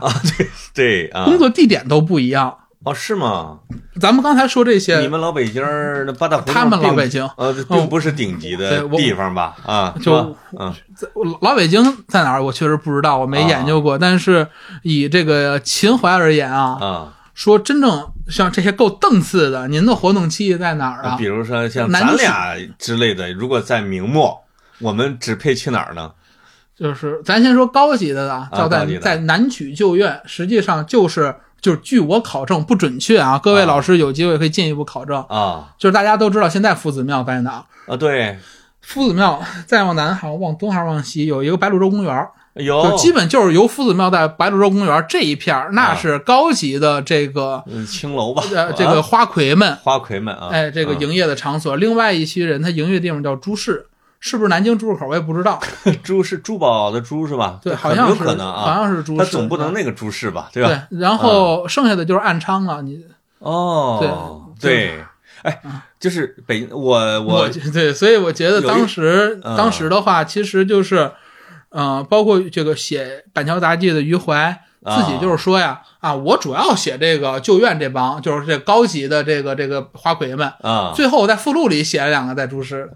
Speaker 1: 对啊，
Speaker 2: 工作地点都不一样。
Speaker 1: 哦是吗？
Speaker 2: 咱们刚才说这些，
Speaker 1: 你们老北京儿那八大胡同，
Speaker 2: 他们老
Speaker 1: 并
Speaker 2: 北京哦
Speaker 1: 呃，并不是顶级
Speaker 2: 对
Speaker 1: 的
Speaker 2: 我
Speaker 1: 地方吧？啊，
Speaker 2: 就是
Speaker 1: 吧嗯
Speaker 2: 我老北京在哪儿，我确实不知道，我没研究过。但是以这个秦淮而言啊，
Speaker 1: 啊，
Speaker 2: 说真正像这些够档次的，您的活动期在哪儿啊
Speaker 1: 比？如说像
Speaker 2: 南
Speaker 1: 咱
Speaker 2: 京市
Speaker 1: 俩之类的，如果在明末，我们只配去哪儿呢？
Speaker 2: 就是咱先说高级的啊，
Speaker 1: 啊
Speaker 2: 叫
Speaker 1: 高
Speaker 2: 在
Speaker 1: 级的
Speaker 2: 在南曲旧院，实际上就是就是据我考证不准确啊，各位
Speaker 1: 啊
Speaker 2: 老师有机会可以进一步考证。
Speaker 1: 啊
Speaker 2: 就是大家都知道现在夫子庙在哪儿，
Speaker 1: 啊，对，
Speaker 2: 夫子庙再往南好像往东还是往西有一个白鹭洲公园儿，就
Speaker 1: 有
Speaker 2: 基本就是由夫子庙在白鹭洲公园儿这一片儿，
Speaker 1: 啊
Speaker 2: 那是高级的这个。
Speaker 1: 嗯青楼吧，
Speaker 2: 呃，这
Speaker 1: 啊
Speaker 2: 个花魁们，
Speaker 1: 花魁们啊，
Speaker 2: 哎，这个
Speaker 1: 嗯
Speaker 2: 营业的场所。另外一批人，他营业地方叫朱市，是不是南京朱市口我也不知道。
Speaker 1: 珠是珠宝的珠是吧？
Speaker 2: 对，
Speaker 1: 很
Speaker 2: 好像
Speaker 1: 有
Speaker 2: 是，
Speaker 1: 可能
Speaker 2: 好
Speaker 1: 啊，
Speaker 2: 像是朱
Speaker 1: 他
Speaker 2: 市。
Speaker 1: 总不能那个珠市吧，对吧？
Speaker 2: 对，然后剩下的就是暗娼了。你
Speaker 1: 哦，
Speaker 2: 对
Speaker 1: 对，哎，就是北我我
Speaker 2: 对，所以我觉得
Speaker 1: 有一
Speaker 2: 当时
Speaker 1: 嗯
Speaker 2: 当时的话，其实就是，嗯、包括这个写《板桥杂记》的余怀。
Speaker 1: 啊
Speaker 2: 自己就是说呀，啊，我主要写这个旧院这帮，就是这高级的这个这个花魁们。
Speaker 1: 啊，
Speaker 2: 最后我在附录里写了两个在 朱市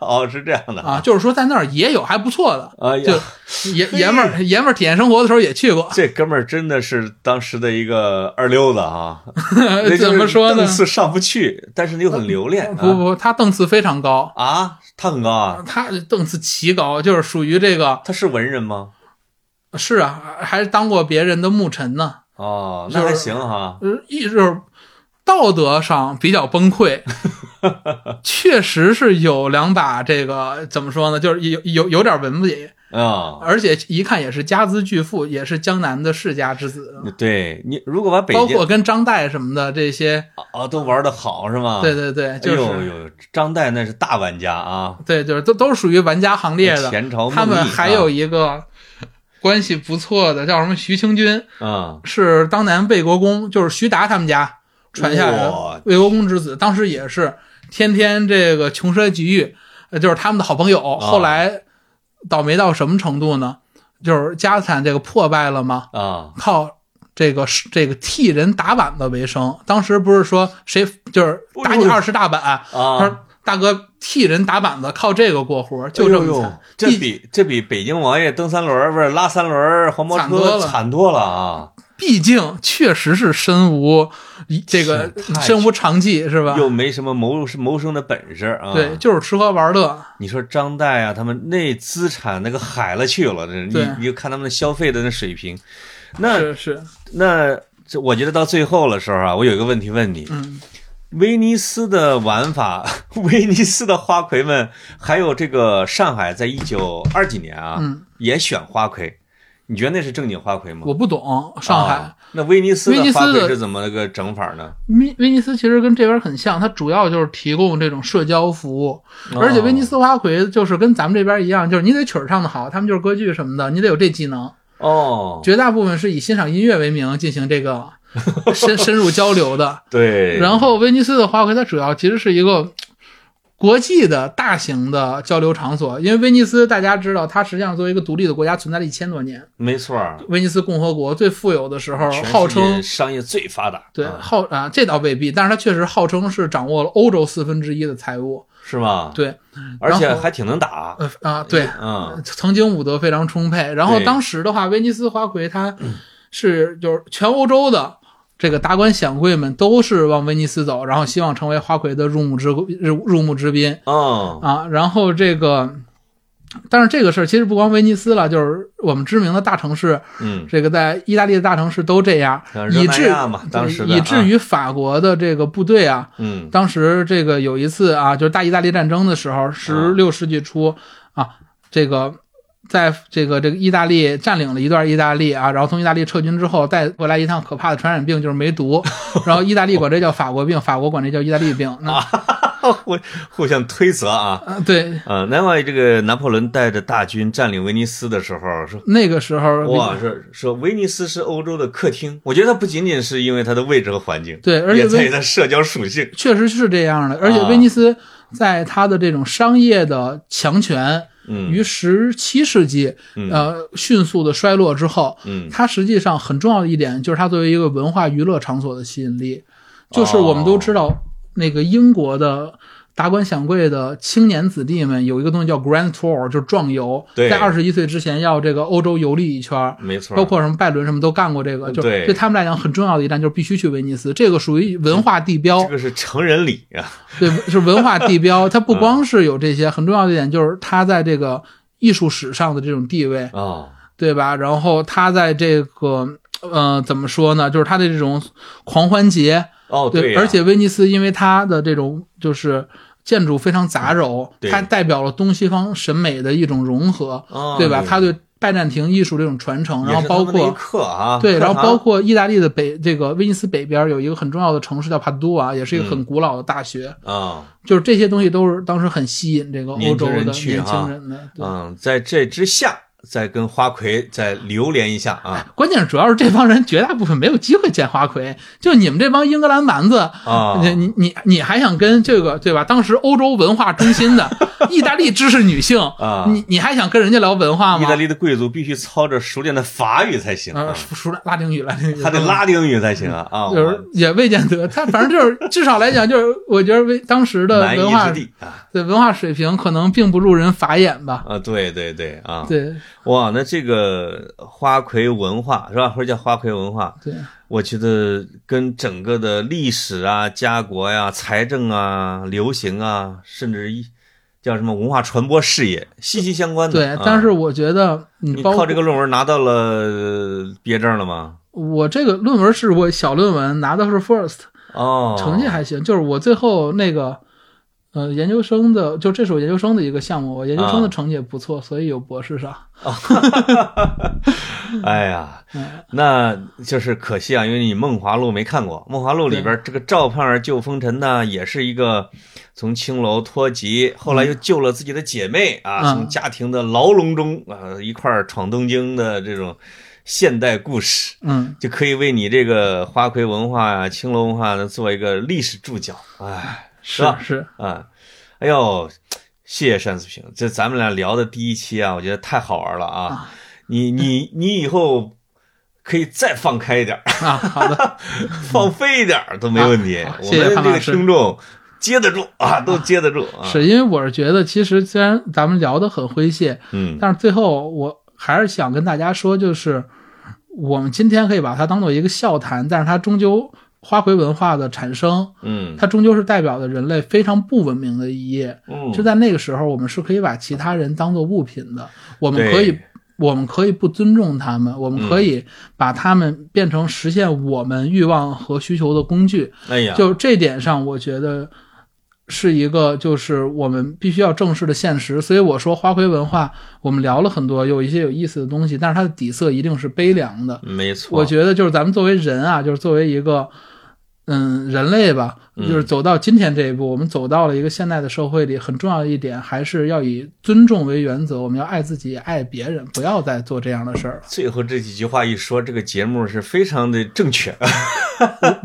Speaker 1: 哦是这样的
Speaker 2: 啊，就是说在那儿也有还不错的，
Speaker 1: 哎呀
Speaker 2: 就爷爷们儿爷们儿体验生活的时候也去过，
Speaker 1: 这哥们儿真的是当时的一个二流子啊， 那就是
Speaker 2: 哎怎么说呢
Speaker 1: 档？次啊上不去，但是又很留恋
Speaker 2: 不不，他档次非常高，
Speaker 1: 啊啊，他很高啊，
Speaker 2: 他档次奇高，就是属于这个
Speaker 1: 他是文人吗？
Speaker 2: 是啊，还是当过别人的牧尘呢，
Speaker 1: 哦，
Speaker 2: 就
Speaker 1: 那
Speaker 2: 是
Speaker 1: 还行哈，
Speaker 2: 呃，一就是道德上比较崩 溃，确实是有两把这个怎么说呢，就是有有有点文笔，
Speaker 1: 啊，
Speaker 2: 而且一看也是家资巨富，也是江南的世家之子，
Speaker 1: 嗯对你如果把北
Speaker 2: 包
Speaker 1: 京
Speaker 2: 括跟张岱什么的这些，
Speaker 1: 啊都玩的好是吗？
Speaker 2: 对对对，就
Speaker 1: 啊哎
Speaker 2: 是
Speaker 1: 呦呦，张岱那是大玩家啊，
Speaker 2: 对，就是都都是属于玩家行列的，
Speaker 1: 前朝
Speaker 2: 他
Speaker 1: 梦啊
Speaker 2: 们
Speaker 1: 忆
Speaker 2: 还有一个关系不错的，叫什么徐清军，
Speaker 1: 啊，
Speaker 2: 是当年魏国公，就是徐达他们家传下来
Speaker 1: 哇
Speaker 2: 的魏国公之子，当时也是天天这个穷奢极欲，呃就是他们的好朋
Speaker 1: 啊
Speaker 2: 友。后来倒霉到什么程度呢？就是家产这个破败了嘛，
Speaker 1: 嗯啊
Speaker 2: 靠这个这个替人打板子为生。当时不是说谁就是打
Speaker 1: 哎
Speaker 2: 你
Speaker 1: 呦
Speaker 2: 二十大板，他
Speaker 1: 啊
Speaker 2: 说。大哥替人打板子，靠这个过活，就
Speaker 1: 哎
Speaker 2: 这
Speaker 1: 呦
Speaker 2: 么
Speaker 1: 呦
Speaker 2: 惨。
Speaker 1: 这
Speaker 2: 一
Speaker 1: 比这比北京王爷蹬三轮儿不是拉三轮儿黄包
Speaker 2: 惨多
Speaker 1: 车
Speaker 2: 了
Speaker 1: 惨多了啊！
Speaker 2: 毕竟确实是身无一这个
Speaker 1: 是太
Speaker 2: 身无长技是吧？
Speaker 1: 又没什么谋谋生的本事啊。
Speaker 2: 对，，就是吃喝玩乐。
Speaker 1: 你说张岱啊，他们那资产那个海了去了，这
Speaker 2: 对
Speaker 1: 你你就看他们的消费的那水平，那
Speaker 2: 是是，
Speaker 1: 那这我觉得到最后的时候啊，我有一个问题问你，
Speaker 2: 嗯，
Speaker 1: 威尼斯的玩法， 威尼斯的花魁们，还有这个上海，在一九二几年啊，
Speaker 2: 嗯
Speaker 1: 也选花魁，你觉得那是正经花魁吗？
Speaker 2: 我不懂上海。
Speaker 1: 啊那威尼斯
Speaker 2: 威
Speaker 1: 的
Speaker 2: 尼斯
Speaker 1: 花
Speaker 2: 的
Speaker 1: 魁是怎么个整法呢？
Speaker 2: 威威尼斯其实跟这边很像，它主要就是提供这种社交服务，
Speaker 1: 哦
Speaker 2: 而且威尼斯花魁就是跟咱们这边一样，就是你得曲儿唱得好，他们就是歌剧什么的，你得有这技能。
Speaker 1: 哦，
Speaker 2: 绝大部分是以欣赏音乐为名进行 这个深深入交流的。
Speaker 1: 对，
Speaker 2: 然后威尼斯的花魁，它主要其实是一个国际的大型的交流场所，因为威尼斯大家知道，它实际上作为一个独立的国家存在了一千多年。
Speaker 1: 没错儿，
Speaker 2: 威尼斯共和国最富有的时候
Speaker 1: 全，世
Speaker 2: 号
Speaker 1: 界
Speaker 2: 称
Speaker 1: 商业最发达，
Speaker 2: 对
Speaker 1: 啊
Speaker 2: 号啊，这倒未必，但是它确实号称是掌握了欧洲四分之一的财务。
Speaker 1: 是吗？
Speaker 2: 对，
Speaker 1: 而且
Speaker 2: 然后
Speaker 1: 还挺能 打，
Speaker 2: 呃啊，对，
Speaker 1: 嗯
Speaker 2: 曾经武德非常充沛。然后
Speaker 1: 对嗯
Speaker 2: 当时的话，威尼斯花魁它是就是全欧洲的这个达官显贵们都是往威尼斯走，然后希望成为花魁的入幕之入入幕之宾
Speaker 1: 哦，
Speaker 2: 啊。然后这个，但是这个事儿其实不光威尼斯了，就是我们知名的大城市，
Speaker 1: 嗯，
Speaker 2: 这个在意大利的大城市都这样，
Speaker 1: 像啊热
Speaker 2: 以
Speaker 1: 那
Speaker 2: 至
Speaker 1: 亚嘛，当时的
Speaker 2: 以至
Speaker 1: 啊
Speaker 2: 于法国的这个部队啊，
Speaker 1: 嗯
Speaker 2: 当时这个有一次啊，就是大意大利战争的时候，十六世纪初啊，这个在这个这个意大利占领了一段意大利啊，然后从意大利撤军之后带回来一趟可怕的传染病，就是 梅毒，然后意大利管这叫法国病，法国管这叫意大利病。那、
Speaker 1: 啊 互互相推责啊。
Speaker 2: 呃对，
Speaker 1: 啊，另外这个拿破仑带着大军占领威尼斯的时候，说
Speaker 2: 那个时候
Speaker 1: 哇，说说威尼斯是欧洲的客厅。我觉得它不仅仅是因为它的位置和环境，
Speaker 2: 对，而且
Speaker 1: 也在于
Speaker 2: 威
Speaker 1: 它社交属性。
Speaker 2: 确实是这样的，而且
Speaker 1: 啊
Speaker 2: 威尼斯在它的这种商业的强权
Speaker 1: 嗯
Speaker 2: 于十七世纪
Speaker 1: 嗯
Speaker 2: 呃迅速的衰落之后。
Speaker 1: 嗯，
Speaker 2: 它实际上很重要的一点就是它作为一个文化娱乐场所的吸引力，就是我们都知
Speaker 1: 哦
Speaker 2: 道那个英国的。达官显贵的青年子弟们有一个东西叫 Grand Tour，就是壮游，
Speaker 1: 对
Speaker 2: 在二十一岁之前要这个欧洲游历一圈儿，
Speaker 1: 没错，嗯
Speaker 2: 包括什么拜伦什么都干过这个，就
Speaker 1: 对
Speaker 2: 对他们来讲很重要的一站就是必须去威尼斯，这个属于文化地标
Speaker 1: 这，个是成人礼啊。
Speaker 2: 对，是文化地标。它不
Speaker 1: 嗯
Speaker 2: 光是有这些，很重要的一点就是它在这个艺术史上的这种地位，
Speaker 1: 哦，
Speaker 2: 对吧？然后他在这个，呃，怎么说呢？就是他的这种狂欢节，
Speaker 1: 哦，
Speaker 2: 对，
Speaker 1: 呀
Speaker 2: 而且威尼斯因为它的这种就是建筑非常杂糅，
Speaker 1: 嗯对
Speaker 2: 它代表了东西方审美的一种融合，
Speaker 1: 哦
Speaker 2: 对吧？他对拜占庭艺术这种传承，
Speaker 1: 也
Speaker 2: 然后
Speaker 1: 是
Speaker 2: 包
Speaker 1: 他们那一
Speaker 2: 括。
Speaker 1: 刻啊，
Speaker 2: 对，
Speaker 1: 课
Speaker 2: 然后
Speaker 1: 堂
Speaker 2: 包括意大利的北这个威尼斯北边有一个很重要的城市叫帕杜瓦，也是一
Speaker 1: 嗯
Speaker 2: 个很古老的大学，
Speaker 1: 啊，
Speaker 2: 就是这些东西都是当时很吸引这个欧
Speaker 1: 年
Speaker 2: 洲
Speaker 1: 轻
Speaker 2: 的
Speaker 1: 人
Speaker 2: 年
Speaker 1: 去哈
Speaker 2: 轻人的。对
Speaker 1: 嗯，在这之下，再跟花魁再流连一下啊
Speaker 2: 关键是主要是这帮人绝大部分没有机会见花魁，就你们这帮英格兰蛮子，
Speaker 1: 啊，
Speaker 2: 你你你你还想跟这个对吧？当时欧洲文化中心 的意大利知识女性，
Speaker 1: 啊
Speaker 2: 你你还想跟人家聊文化
Speaker 1: 意大
Speaker 2: 吗？
Speaker 1: 利的贵族必须操着熟练的法语才行
Speaker 2: 呃，
Speaker 1: 啊，
Speaker 2: 除除了拉丁语，拉丁语
Speaker 1: 还得。拉丁语才行啊啊，
Speaker 2: 就是也未见得，他反正就是至少来讲，就是我觉得为当时
Speaker 1: 我
Speaker 2: 的
Speaker 1: 难
Speaker 2: 文
Speaker 1: 夷之
Speaker 2: 化
Speaker 1: 地啊
Speaker 2: 对文化水平可能并不入人法眼吧。
Speaker 1: 啊，对对对啊，
Speaker 2: 对
Speaker 1: 哇，那这个花魁文化是吧，或者叫花魁文化，
Speaker 2: 对，
Speaker 1: 我觉得跟整个的历史啊、家国呀、财政啊、流行啊，甚至一叫什么文化传播事业息息相关的。
Speaker 2: 对
Speaker 1: 啊，
Speaker 2: 但是我觉得你
Speaker 1: 你
Speaker 2: 包括
Speaker 1: 靠这个论文拿到了呃毕业证了吗？
Speaker 2: 我这个论文是我小论文拿的是 first，
Speaker 1: 哦，
Speaker 2: 成绩还行，就是我最后那个呃研究生的，就这是我研究生的一个项目，我研究生
Speaker 1: 啊
Speaker 2: 的成绩也不错，所以有博士上。
Speaker 1: 哎呀，
Speaker 2: 嗯，
Speaker 1: 那就是可惜啊，因为你《梦华录》没看过，《梦华录》里边这个赵盼儿救风尘呢，也是一个从青楼脱籍，后来又救了自己的姐妹啊，
Speaker 2: 嗯
Speaker 1: 从家庭的牢笼中啊一块儿闯东京的这种现代故事，
Speaker 2: 嗯，
Speaker 1: 就可以为你这个花魁文化呀、青楼文化呢做一个历史注脚。哎，是
Speaker 2: 是
Speaker 1: 吧
Speaker 2: 是，
Speaker 1: 啊，哎呦，谢谢单思平，这咱们俩聊的第一期啊，我觉得太好玩了啊
Speaker 2: 啊！
Speaker 1: 你 你你以后可以再放开一点儿，
Speaker 2: 啊，好的，
Speaker 1: 放飞一点儿都没问题。
Speaker 2: 好好
Speaker 1: 我
Speaker 2: 谢谢
Speaker 1: 们
Speaker 2: 潘
Speaker 1: 这
Speaker 2: 老
Speaker 1: 个
Speaker 2: 师
Speaker 1: 听众接得住啊，都接得住啊。，
Speaker 2: 是因为我是觉得，其实虽然咱们聊得很诙谐，
Speaker 1: 嗯，
Speaker 2: 但是最后我还是想跟大家说，就是我们今天可以把它当做一个笑谈，但是它终究花魁文化的产生，
Speaker 1: 嗯
Speaker 2: 它终究是代表的人类非常不文明的一页。
Speaker 1: 嗯，
Speaker 2: 就在那个时候，我们是可以把其他人当做物品的，我们
Speaker 1: 对嗯
Speaker 2: 可以，我们可以不尊重他们，我们可以把他们变成实现我们欲望和需求的工具。
Speaker 1: 哎呀，
Speaker 2: 就这点上，我觉得是一个就是我们必须要正视的现实。所以我说花魁文化，我们聊了很多，有一些有意思的东西，但是它的底色一定是悲凉的。
Speaker 1: 没错，
Speaker 2: 我觉得就是咱们作为人啊，就是作为一个嗯人类吧，
Speaker 1: 嗯。
Speaker 2: 就是走到今天这一步，我们走到了一个现代的社会里，很重要的一点还是要以尊重为原则，我们要爱自己，爱别人，不要再做这样的事儿
Speaker 1: 最后这几句话一说，这个节目是非常的正确，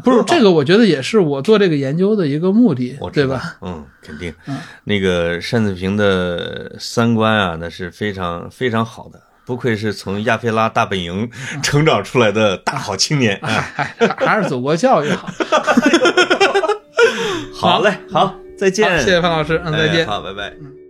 Speaker 2: 不是这个，我觉得也是我做这个研究的一个目的
Speaker 1: 我，知
Speaker 2: 对
Speaker 1: 道
Speaker 2: 吧？？
Speaker 1: 嗯，肯定
Speaker 2: 嗯。
Speaker 1: 那个单子平的三观啊，那是非常非常好的，不愧是从亚非拉大本营
Speaker 2: 嗯
Speaker 1: 成长出来的大好青年。啊！
Speaker 2: 哎，还是祖国教育好。
Speaker 1: 好嘞，好，再见
Speaker 2: 好，谢。谢范老师，嗯，再
Speaker 1: 哎
Speaker 2: 见。
Speaker 1: 好，拜拜。
Speaker 2: 嗯